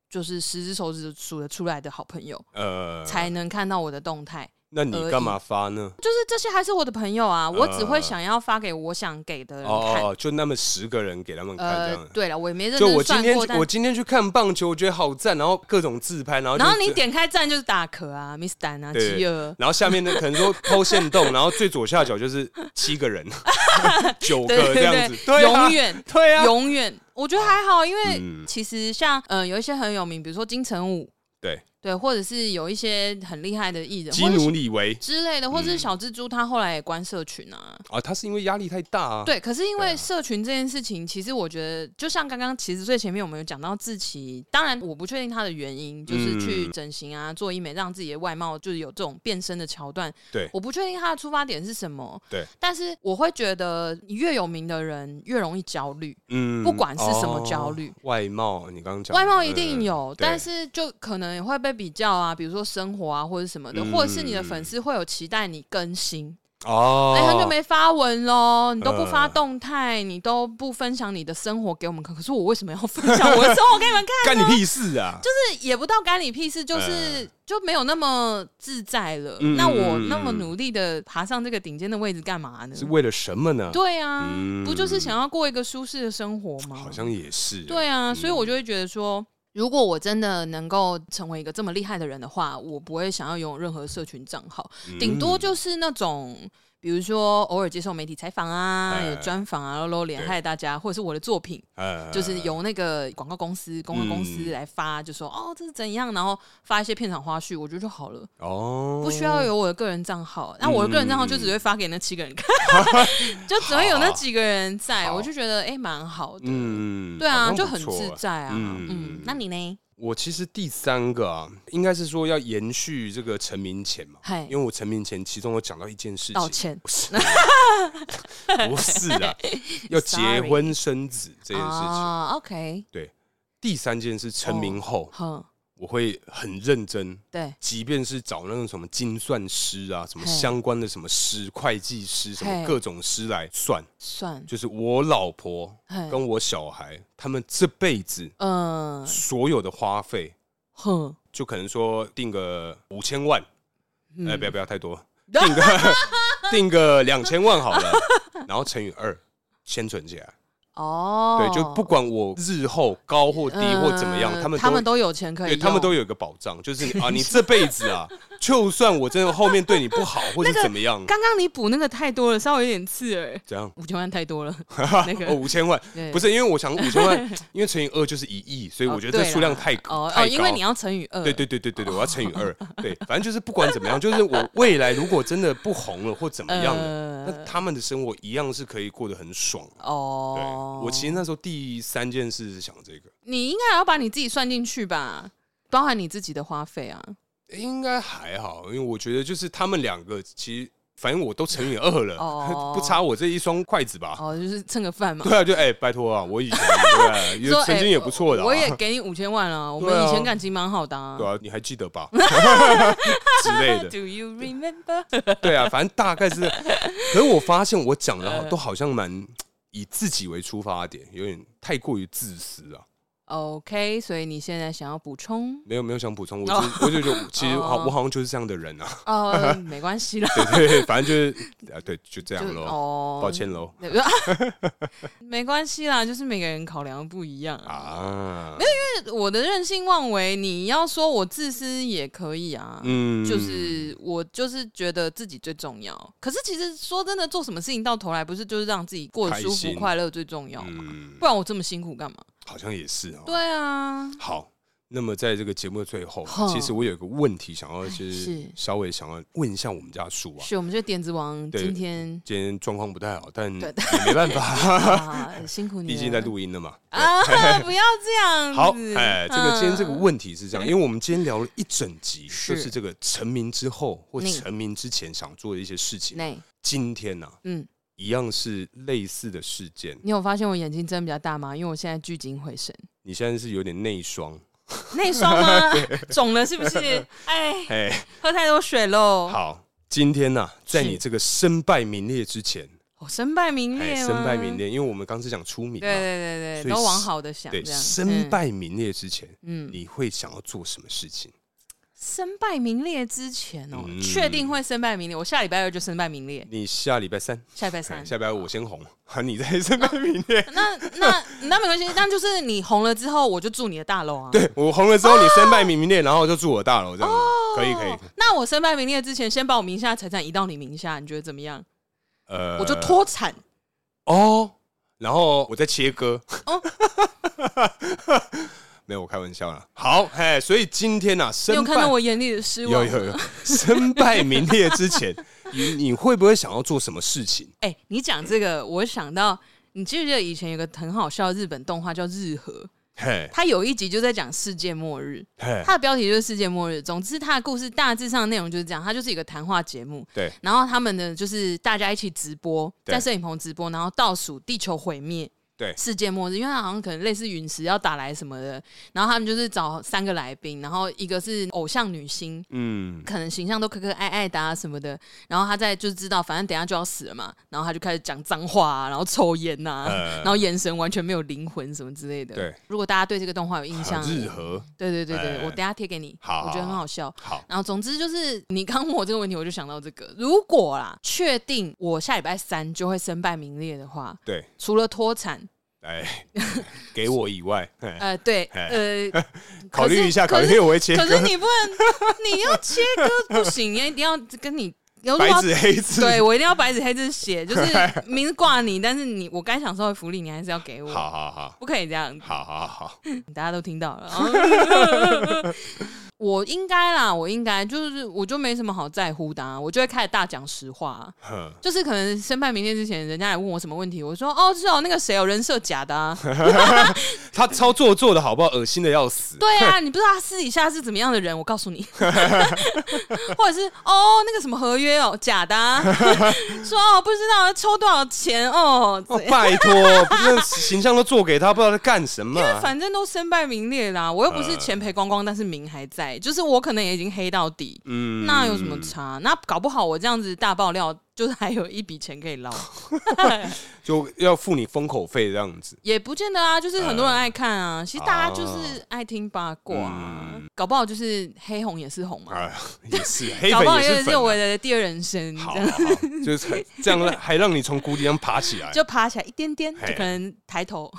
就是十只手指数得出来的好朋友
呃，
才能看到我的动态，
那你干嘛发呢？
就是这些还是我的朋友啊，我只会
呃
想要发给我想给的人看。
哦，就那么十个人给他们看这
呃
样，。
对了，我也没认
就我今
真算
天
过，但
我今天去看棒球，我觉得好赞，然后各种自拍，然后就
然后你，点开赞就是打壳啊，Miss 丹啊，
对
吉尔。
然后下面的可能说抛线动，然后最左下角就是七个
*laughs*
人、九
对
个这样
对
子，
对，
对啊
永远
对啊，
永远，我觉得还好，因为
嗯
其实像呃有一些很有名，比如说金城武，
对，
对，或者是有一些很厉害的艺人，
基
或者
努嗯
是
里维
之类的，或者是小蜘蛛，他后来也关社群啊。
啊，他是因为压力太大啊。，
对，可是因
对
为
啊
社群这件事情，其实我觉得，就像刚刚其实最前面我们有讲到志奇，当然我不确定他的原因，就是去
嗯
整形啊、做医美，让自己的外貌就是有这种变身的桥段。
对
我不确定他的出发点是什么。
对，
但是我会觉得，越有名的人越容易焦虑，
嗯
不管是什么焦虑
哦外貌你刚刚讲
外貌一定，
嗯
有，
对
但是就可能也会被比较啊，比如说生活啊或者什么的，
嗯
或者是你的粉丝会有期待你更新，
哦，
哎、很久没发文喽，你都不发
嗯
动态，你都不分享你的生活给我们看，可是我为什么要分享我的生活给你们看？ *laughs*
干你屁事啊！就
就是也不到干你屁事，就是、就没有那么自在了。
嗯
那
嗯
我
嗯
那么
嗯
努力的爬上这个顶尖的位置干嘛呢？
是为了什么呢？
对啊，
嗯
不就是想要过一个舒适的生活吗？
好像也是。嗯
对啊，所以我就会觉得说，如果我真的能够成为一个这么厉害的人的话，我不会想要拥有任何社群账号，
嗯，
顶多就是那种。比如说，偶尔接受媒体采访啊，
哎
有专访啊，露脸
对
害大家，或者是我的作品，
呃
就是由那个广告公司、公关公司
嗯
来发，就说哦这是怎样，然后发一些片场花絮，我觉得就好了，
哦，嗯
不需要有我的个人账号。那我的个人账号就只会发给那七个人看， *laughs* 就只会有那几个人在，
好
我就觉得哎蛮好的。
嗯，
对啊，
好像
就
不
很
错
自
欸
在啊。嗯
嗯
那你呢？
我其实第三个啊，应该是说要延续这个成名前嘛，
嗨
因为我成名前其中有讲到一件事情，
道歉
不是，不是啊，要结
*laughs* Sorry
婚生子这
这
件事情。
啊，OK，
第三件事，成名后、
哼，
我会很认真，
对，
即便是找那种什么精算师啊，什么
嘿
相关的什么师、会计师，什
嘿
么各种师来算，
算，
就是我老婆
嘿
跟我小孩他们这辈子
嗯，
所有的花费，
哼，
就可能说定个五千万，
嗯
哎、不要不要太多，定个
*laughs*
定个两千万好了，然后乘以二，先存起来。
哦，
对，就不管我日后高或低或怎么样，
嗯
他们
他们
都
都有钱可以
对
用，
他们都有一个保障，就是
*laughs*
啊，你这辈子啊，就算我真的后面对你不好或者怎么样，
刚刚你补那个太多了，稍微有点刺耳，
怎样？
五千万太多了，
*laughs*
那个
哦，五千万
对
不是，因为我想五千
*laughs*
万，因为乘以二就是一亿，所以我觉得
哦
这
对
数量
啦
太太
哦哦，
高。
因为你要乘以二，
对对对对
*laughs*
对对，我要乘以二。对，反正就是不管怎么样，就是我未来如果真的不红了或怎么样了，那
呃，
他们的生活一样是可以过得很爽。对
哦，，
我其实那时候第三件事是想这个，
你应该也要把你自己算进去吧，包含你自己的花费啊，
应该还好，因为我觉得就是他们两个其实。反正我都乘以二了，
哦
*laughs* 不差我这一双筷子吧？
哦，就是蹭个饭嘛，
对啊，就哎、拜托啊，我以前对啊、
*laughs*
也
说
曾经
哎
也不错的、啊
我也给你五千
*laughs*
万了，我们
对啊
以前感情蛮好的、啊
对啊，啊你还记得
*laughs*
吧之类的？
Do you remember？
对啊，反正大概是。可是我发现我讲的好
嗯
都好像蛮以自己为出发点，有点太过于自私啊。
OK，所以你现在想要
*laughs*
补充？
没有没有想补充，我就、我就觉得其实好，我好像就是这样的人啊。 *laughs*
哦，没关系啦，
对对对，反正就是啊，对，就这
就
样喽，
哦，
抱歉喽
对。 *laughs* 没关系啦，就是每个人考量不一样啊。
啊。
我的任性妄为，你要说我自私也可以啊。
嗯
就是我就是觉得自己最重要，可是其实说真的，做什么事情到头来不是就是让自己过得舒
开
服
心
快乐最重要吗？
嗯，
不然我这么辛苦干嘛？
好像也是哦。
对啊，
好，那么在这个节目的最后
哼，
其实我有一个问题想
哎
要就是
是
稍微想要问一下我们家树啊，
是我们这点子王
对
今天
今天状况不太好，但
对
也没办法，
啊辛苦你
*laughs*
了，
毕竟在录音了嘛。
啊，
*laughs*
不要这样子。
好，哎，这个今天这个
嗯
问题是这样，因为我们今天聊了一整集，
是
就是这个成名之后或
你
成名之前想做的一些事情。
内，
今天呢、啊，
嗯，
一样是类似的事件。
你有发现我眼睛睁比较大吗？因为我现在聚精会
*laughs*
神，
你现在是有点内双，
内双吗？肿了是不
*laughs*
是？哎，
哎，
喝太多水喽。，
好，今天呢、在
哦是
你这个身败名裂之前，
我哦身败名
哎，
裂吗，
身败名裂，因为我们刚是讲出名嘛，
啊对。对对
所
对，
以
都往好的想，
对，
这样
身，败名裂之前，
嗯嗯，
你会想要做什么事情？
身败名裂之前哦，
嗯
确定会身败名裂，我下礼拜二就身败名裂，
你下礼拜三，
下礼拜
哎 *laughs*
三。
下礼拜二我先红，你在身败名裂。
那那那没关系，那就是你红了之后，我就住你的大楼啊。
对我红了之后，你身败名裂，然后就住我大楼这样子，可以可以
哦。那我身败名裂之前，先把我名下的财产移到你名下，你觉得怎么样？
呃，
我就脱产。
哦，然后我再切割。
哦
*laughs* 没有，我开玩笑啦。好，哎，所以今天啊，
你有
身败
看到我眼里的失望？
有有有，身败名裂之前，你你会不会想要做什么事情？
*laughs* 哎、你讲这个，我想到你记不记得以前有个很好笑的日本动画叫《日和》，
嘿，
它有一集就在讲世界末日，
嘿，
它的标题就是世界末日。总之，它的故事大致上内容就是这样，它就是一个谈话节目。
对，
然后他们呢，就是大家一起直播，
对
在摄影棚直播，然后倒数地球毁灭，
对
世界末日，因为它好像可能类似陨石要打来什么的。然后他们就是找三个来宾，然后一个是偶像女星，
嗯，
可能形象都可可爱爱的啊什么的，然后他在就知道，反正等一下就要死了嘛，然后他就开始讲脏话啊，然后抽烟呐、
呃
然后眼神完全没有灵魂什么之类的。
对，
如果大家对这个动画有印象，
日和
对对对对，
哎
我等一下贴给你，
好
我觉得很
好
好笑。
好，
然后总之就是你刚问我这个问题，我就想到这个，如果啦，确定我下礼拜三就会身败名裂的话，
对，
除了脱产， *laughs*
哎，给我以外，嘿
呃，对，
哎
呃，
考虑一下，
可
考
是
虑，因为我会切
可是
割
你不能， *laughs* 你要切割不行，一定要跟你。如果
白
要
纸黑字，
对，我一定要白纸黑字写，
*laughs*
就是名字挂你，但是你我该享受的福利你还是要给我，
好好好，
不可以这样，
好好好，
大家都听到了。
*laughs*
啊我应该啦，我应该就是我就没什么好在乎的、啊，我就会开始大讲实话啊、
哼，
就是可能申办明天之前，人家来问我什么问题，我说哦，是哦，那个谁哦，人设假的啊，
他操作做的好不好？恶心的要死，
对啊，
*laughs*
你不知道他私底下是怎么样的人，我告诉你， *laughs* 或者是哦，那个什么合约哦，假
*laughs*
的、啊，说哦不知道抽多少钱哦，
哦，拜托，
*laughs*
那形象都做给他，不知道在干什么啊
因为反正都身败名裂啦，我又
呃
不是钱赔光光，但是名还在，就是我可能也已经黑到底，
嗯
那有什么差？那搞不好我这样子大爆料，就是还有一笔钱可
*laughs*
以捞，
就要付你封口费这样子？
也不见得啊。就是很多人爱看
呃
啊，其实大家就是爱听八卦
哦
啊，
嗯
搞不好就是黑红也是红嘛，
啊，也是黑
搞
粉
不好
也是
是
粉
我
啊。
的第二人生，
好
这
好
样
好，就是这样，还让你从谷底上爬起来，
就爬起来一点点，就
嘿
可能抬头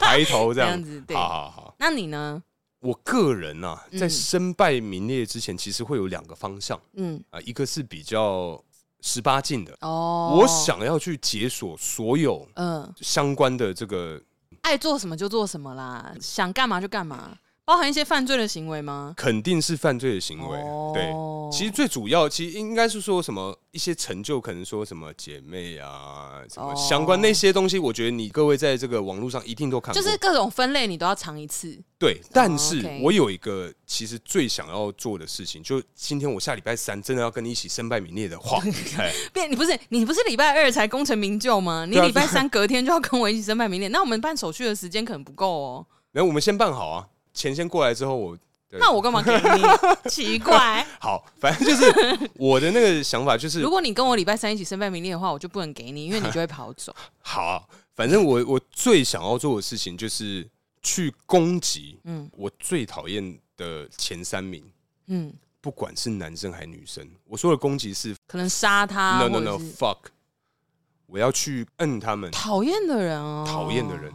抬头 *laughs* 这
这样
样。
子。对，
好好好，
那你呢？
我个人啊，在
嗯
身败名裂之前，其实会有两个方向
嗯，
啊，一个是比较十八禁的，
哦，
我，想要去解锁所有
嗯、
相关的这个
爱做什么就做什么啦，想干嘛就干嘛，包含一些犯罪的行为吗？哦
肯定是犯罪的行为。对，其实最主要，其实应该是说什么一些成就，可能说什么姐妹啊，什么
哦
相关那些东西，我觉得你各位在这个网络上一定都看过。
就是各种分类你都要尝一次。
对，但是
OK
我有一个其实最想要做的事情，就今天我下礼拜三真的要跟你一起身败名裂的
*laughs*
话，哎
变你不是你不是礼拜二才功成名就吗？你
对啊
礼拜三隔天就要跟我一起申办明年，那我们办手续的时间可能不够哦。
然后我们先办好啊，钱先过来之后我，对
那我干嘛给
*laughs*
你？奇怪，
好，反正就是我的那个想法就是
如果你跟我礼拜三一起申办明年的话，我就不能给你，因为你就会跑走。
好啊、反正我我最想要做的事情就是去攻击，嗯
嗯，
我最讨厌的前三名，
嗯，
不管是男生还是女生，我说的攻击是、
可能杀他
no
啊或
no
者
no
是
fuck，我要去摁他们
讨厌的人哦，
讨厌的人，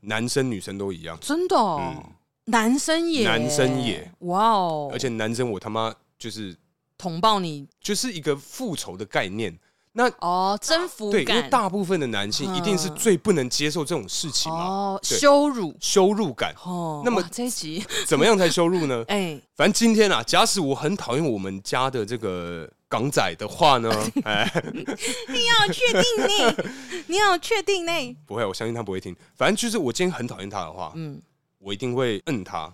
男生女生都一样。
真的哦，
嗯
男生也
男生也
哇哦，
而且男生我他妈就是
捅爆你
就是一个复仇的概念。那
哦，征服
对，因为
感嗯
大部分的男性一定是最不能接受这种事情嘛，
哦，
对
羞辱
羞辱感。
哦。
那么
哇这
*laughs*
一集，
怎么样才羞辱呢？
哎，
反正今天啊，假使我很讨厌我们家的这个港仔的话
*laughs*
呢，哎，
你要确定
*laughs*
呢，你要确定呢，
不会，我相信他不会听。反正就是我今天很讨厌他的话，
嗯，
我一定会摁他。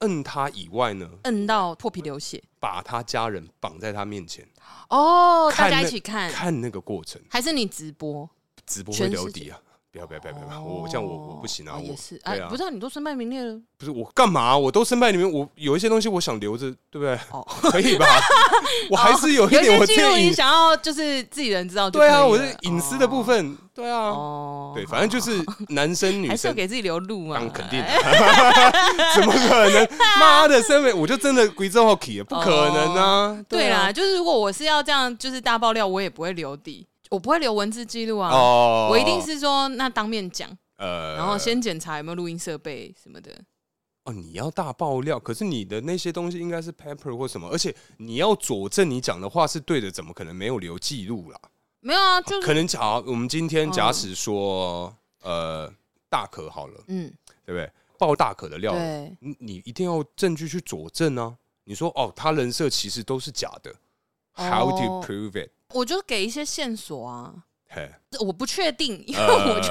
摁他以外呢，
摁到破皮流血
把他家人绑在他面前，
哦，大
看
家一
那
起看，
看那个过程，
还是你直播？
直播会
全世
留
界
底啊！不要不要不要不要！我这样我我不行啊！
哦
我
也是，哎
对，啊
不知，道你都身败名裂了，
不是我干嘛、啊我都身败名裂，我有一些东西我想留着，对不对？
哦
*laughs* 可
*laughs*
以吧？我还是有一
有
点我
些
自
记录
己
你
隐，
想要就是自己人知道就可
对
以了，
啊，我是隐私的部分，对
哦
啊，
哦，
对，反正就是
*laughs*
男生女
还是有
生。
给自己留路嘛，哎
当肯定的， *laughs* 怎么可
*laughs*
能？妈的，身为我就真的鬼之后 k 不可能啊！
哦对
啊
啦，，就是如果我是要这样，就是大爆料，我也不会留底，我不会留文字记录啊。
哦
我一定是说，那当面讲，
呃
然后先检查有没有录音设备什么的。
哦，你要大爆料，可是你的那些东西应该是 paper 或什么，而且你要佐证你讲的话是对的，怎么可能没有留记录啦？
没有啊，就是
哦可能假我们今天
嗯
假使说，呃，大可好了，
嗯，
对不对？爆大可的料理，
对，
你你一定要证据去佐证啊！你说哦，他人设其实都是假的、
哦
h o w do you prove it？
我就给一些线索啊。
嘿，
我不确定，因为
呃
我就、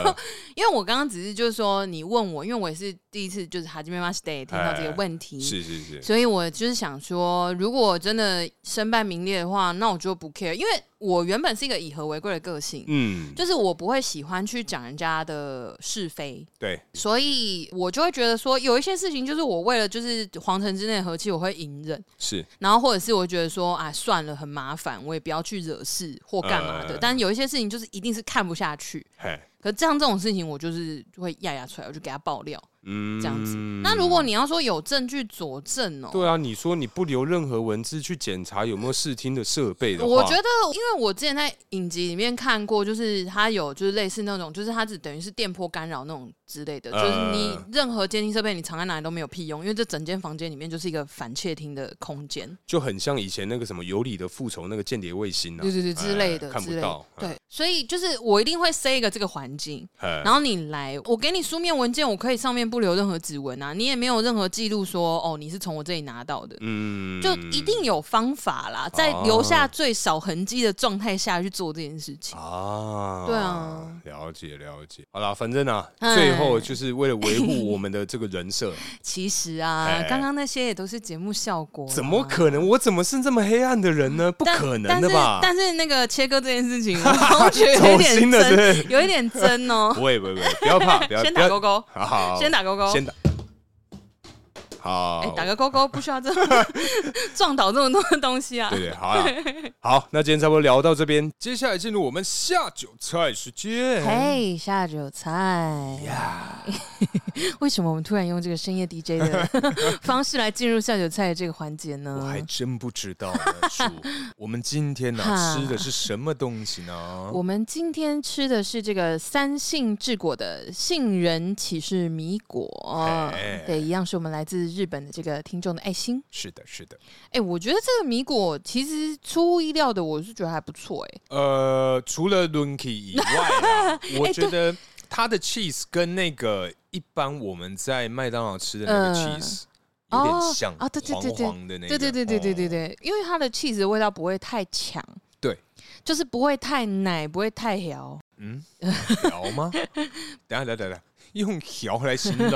因为我刚刚只是就是说你问我，因为我也是第一次就是哈基梅马 stay 听到这个问题，
是是是，
所以我就是想说，如果真的身败名裂的话，那我就不 care，因为我原本是一个以和为贵的个性，
嗯，
就是我不会喜欢去讲人家的是非，
对，
所以我就会觉得说，有一些事情就是我为了就是皇城之内的和气，我会隐忍，
是
然后或者是我会觉得说啊算了，很麻烦，我也不要去惹事或干嘛的。
呃
但有一些事情就是一定是看不下去，
嘿，
可是像这种事情，我就是会压压出来，我就给他爆料。
嗯，
这样子那如果你要说有证据佐证哦、
对啊，你说你不留任何文字去检查有没有视听的设备的话，
我觉得，因为我之前在影集里面看过，就是它有就是类似那种，就是它只等于是电波干扰那种之类的，就是
呃
你任何监听设备你藏在哪里都没有屁用，因为这整间房间里面就是一个反窃听的空间，
就很像以前那个什么有理的复仇那个间谍卫星啊，
对对对之类的
哎看
之
不
类的
到，，
对，所以就是我一定会塞一个这个环境，
哎
然后你来，我给你书面文件，我可以上面不留任何指纹啊，你也没有任何记录说哦你是从我这里拿到的。
嗯哦
就一定有方法啦，在留下最少痕迹的状态下去做这件事情。
啊，
对啊，
了解了解。好啦，反正啊，
哎
最后就是为了维护我们的这个人
*laughs*
设，
其实啊
哎，
刚刚那些也都是节目效果啦，啊
怎么可能？我怎么是这么黑暗的人呢？不
但？
可能的吧？
但是但是那个切割这件事
*laughs*
情，我好像觉得有一
走心
点
了是不
真
是，
有一点真哦。
*laughs* 不会不会不会，不要
*laughs*
怕，不要
先
不
打
要
勾勾，
好好，
先打勾勾，
先打，好，
哎，打个勾勾，不需要
*laughs*
这么撞倒这么多东西啊
对。对，好
*laughs*
啦，好，那今天差不多聊到这边，接下来进入我们下酒菜时间。
嘿，下酒菜
呀，
*laughs* 为什么我们突然用这个深夜 DJ
*laughs*
的方式来进入下酒菜的这个环节
我还
呢？
真不知道呢，
*laughs*
叔，我们今天呢、
哈
吃的是什么东西呢？
我们今天吃的是这个三杏治果的杏仁起士米果
哎，
对，一样是我们来自日本的这个听众的爱心。
是的，是的，
哎、我觉得这个米果其实出乎意料的，我是觉得还不错哎、
呃，除了 Lunky 以外
*laughs*
啦，我觉得它的 cheese 跟那个一般我们在麦当劳吃的那个
嗯
cheese 有点像，
哦对对对对
黄黄的那
对
个，
对对对对对
哦，
对，因为它的 cheese 的味道不会太强，
对，
就是不会太奶，不会太哦摇。
嗯，摇
*laughs*
吗？等一下等一下等一下，用摇来形容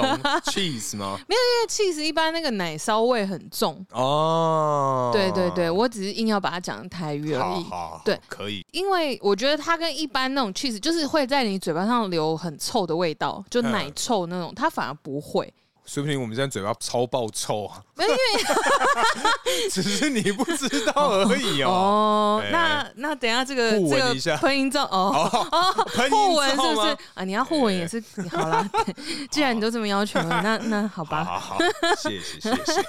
cheese 吗？
因为 cheese 一般那个奶骚味很重。
哦，
对对对，我只是硬要把它讲得太远而
好
已，
好好
对
可以，
因为我觉得它跟一般那种 cheese 就是会在你嘴巴上留很臭的味道，就
嗯
奶臭那种，它反而不会。
说不定我们现在嘴巴超爆臭啊，
没有因为
*laughs* 只是你不知道而已哦。
哦，
哎
那那等一下这个
互
这
闻
个
一下
*laughs* 喷音照哦 *laughs* 哦，
喷音
互文是
照
不是
吗哎
啊？你要互文也是
*laughs*
好啦，既然你都这么要求了，那那好
好
吧。
好好，谢谢谢谢，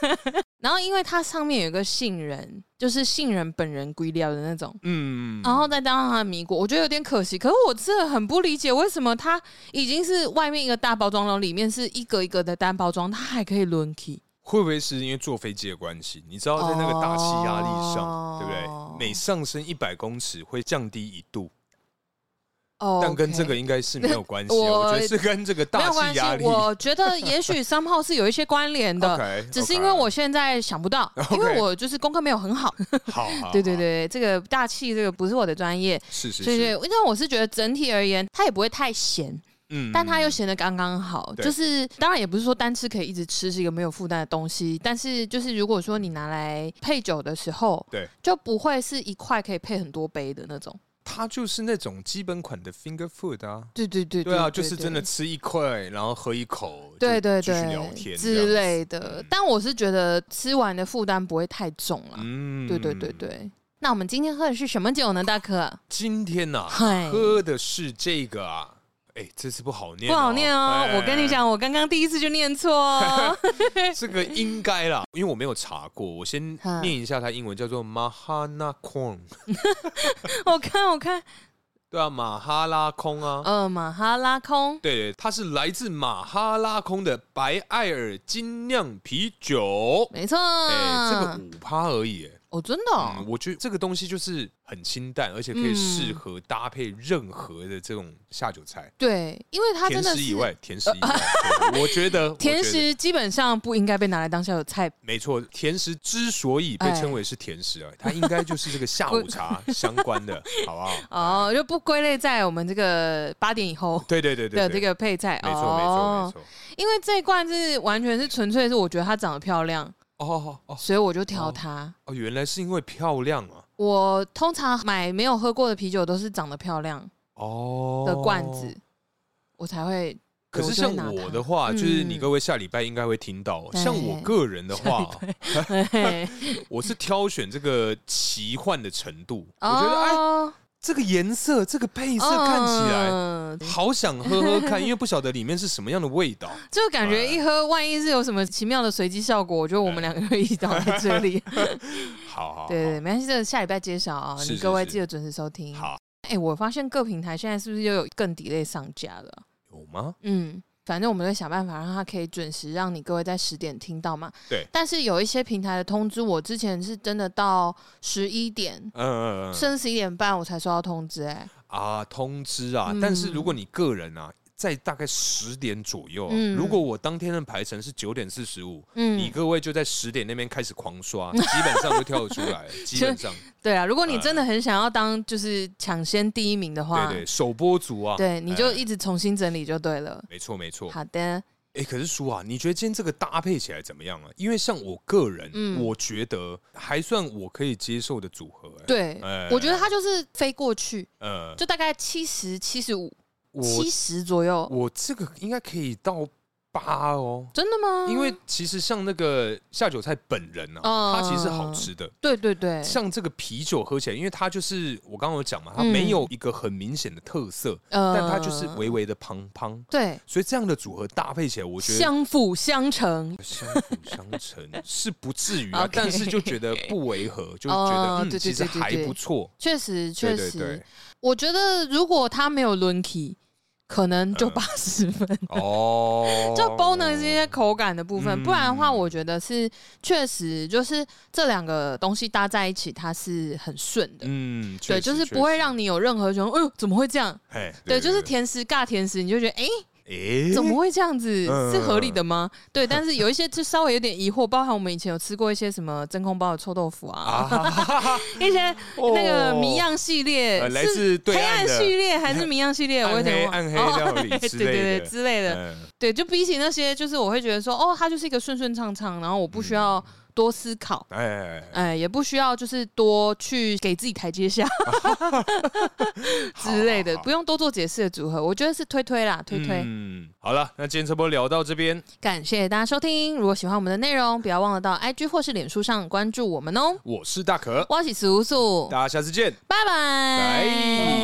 然后因为它上面有一个杏仁，就是杏仁本人归料的那种，
嗯，
然后再加上它的米果，我觉得有点可惜。可是我真的很不理解，为什么它已经是外面一个大包装了，里面是一个一个的单包装，它还可以轮起？
会不会是因为坐飞机的关系？你知道，在那个打气压力上，对不对？每上升一百公尺会降低一度，
哦
但跟
OK
这个应该是没有关系哦。
*laughs* 我
我觉得是跟这个
没
大
有关
气
系
压，力。
我觉得也许三号是有一些关联的。
OK，
只是因为我现在想不到
OK
因为我就是功课没有很好。
好，
*laughs*
好好
对对，对，这个大气这个不是我的专业，
是是
所以
是，
因为我是觉得整体而言，它也不会太咸，
嗯
但它又咸的刚刚好。
对
就是当然也不是说单吃可以一直吃是一个没有负担的东西，但是就是如果说你拿来配酒的时候，
对，
就不会是一块可以配很多杯的那种。
它就是那种基本款的 finger food 啊。
对对对
对啊，就是真的
对
吃一块，然后喝一口，
对对
就继续
对，
聊天这样
之
子嗯
类的。但我是觉得吃完的负担不会太重啦。
嗯
对对对。对。那我们今天喝的是什么酒呢，大可？
今天呐、
嗨
喝的是这个啊，哎、这次不好念、
不好念哦，
哎
我跟你，讲，我刚刚第一次就念
*laughs*
错哦。
这个应该啦，因为我没有查过，我先念一下它英文叫做 Mahana Corn，
我看，我看，
对啊，马哈拉空啊。
呃，马哈拉空，
对对，它是来自马哈拉空的白艾尔精酿啤酒，
没错。嗯
哎、这个五趴而已，哎
哦，真的哦、
嗯，我觉得这个东西就是很清淡，而且可以适合搭配任何的这种下酒菜，
对，因为它
甜
真的
食以
是
外，甜食以
*laughs*
外，对我觉得
甜。
我觉得
食基本上不应该被拿来当下酒
*laughs*
菜。
没错，甜食之所以被
哎
称为是甜食啊，它应该就是这个下午
*laughs*
茶相关的，好不好？
哦，就不归类在我们这个八点以后
对对对对
的这
对，
个配菜。
没错没错没
哦，
错。
因为这一罐是完全是纯粹是我觉得它长得漂亮，
哦哦
所以我就挑它。
哦，原来是因为漂亮啊！
我通常买没有喝过的啤酒都是长得漂亮
哦
的罐子，。我才
*laughs*
会
可是
我就
像
会拿它
我的话，就是你
嗯
各位下礼拜应该会听到。哦
对
像我个人的话，
嘿
*laughs* 我是挑选这个奇幻的程度，我觉得哎，
哦，
这个颜色、这个配色看起来
嗯
好想喝喝看，因为不晓得里面是什么样的味道。
就感
哎
觉一喝，万一是有什么奇妙的随机效果，我觉得我们两个会一倒在这里。
好好好，
对对，没关系，这个下礼拜揭晓啊，
是
你
是
各位
是
记得准时收听。
好
哎、我发现各平台现在是不是又有更 delay 上架了？
有吗？
嗯，反正我们会想办法让它可以准时让你各位在十点听到嘛。
对
但是有一些平台的通知，我之前是真的到十一点。
嗯嗯嗯嗯
甚至十一点半我才收到通知、哎，
啊，通知啊！
嗯
但是如果你个人啊，在大概十点左右啊，
嗯
如果我当天的排程是九点四十五，你
嗯，
各位就在十点那边开始狂刷，基本上就跳得出来了，
*laughs*
基本上，
对啊，如果你真的很想要当就是抢先第一名的话，
呃对对，首播族啊，
对你就
哎
一直重新整理就对了。
没错没错。
好的，
哎，可是叔啊，你觉得今天这个搭配起来怎么样啊？因为像我个人，
嗯
我觉得还算我可以接受的组合。哎，
对，
哎
我觉得它就是飞过去，
呃，
就大概七十、七十五、
我
七十左右。
我这个应该可以到八哦。
真的吗？
因为其实像那个下酒菜本人啊，
嗯
它其实是好吃的。
对对对，
像这个啤酒喝起来，因为它就是我刚刚有讲嘛，它
嗯
没有一个很明显的特色，
呃
但它就是微微的胖胖，
对
所以这样的组合搭配起来，我觉得
相辅相成。
相辅相成
*laughs*
是不至于啊
OK，
但是就觉得不违
*laughs*
和，就觉
哦
得嗯，
对对
其实
对对
还
对
不错。
确实，
对
确
对
实， *laughs*
对，
我觉得如果他没有 l u n k y 可能就
嗯
八十分。，
哦
就 bonus 这些口感的部分，
嗯
不然的话，我觉得是确实就是这两个东西搭在一起，它是很顺的。
嗯，确
对，
实
就是不会，让你有任何觉得，哎呦，怎么会这样？
确实哎，
对，就是甜食尬甜食，你就觉得哎、
诶，
怎么会这样子？
嗯
是合理的吗？对，但是有一些就稍微有点疑惑， *laughs* 包含我们以前有吃过一些什么真空包的臭豆腐啊， *laughs*
啊？
一些那个谜
样。
样系列
呃，来
是
自对
黑
岸
暗
的
系列还是谜样系列，我有点忘。
暗黑
哦
暗黑料理之
*laughs* 对对
类
对
的
之类的，
嗯
对，就比起那些，就是我会觉得说，哦，它就是一个顺顺畅畅，然后我不
嗯
需要多思考。
哎哎，哎
哎，也不需要，就是多去给自己台
*laughs*
阶下之类的，
好好好
不用多做解释的组合，我觉得是推推啦，推推。
嗯，好了，那今天差不多聊到这边，
感谢大家收听，如果喜欢我们的内容，不要忘了到 IG 或是脸书上关注我们哦。
我是大可，
我是苏苏，
大家下次见。
拜拜。
拜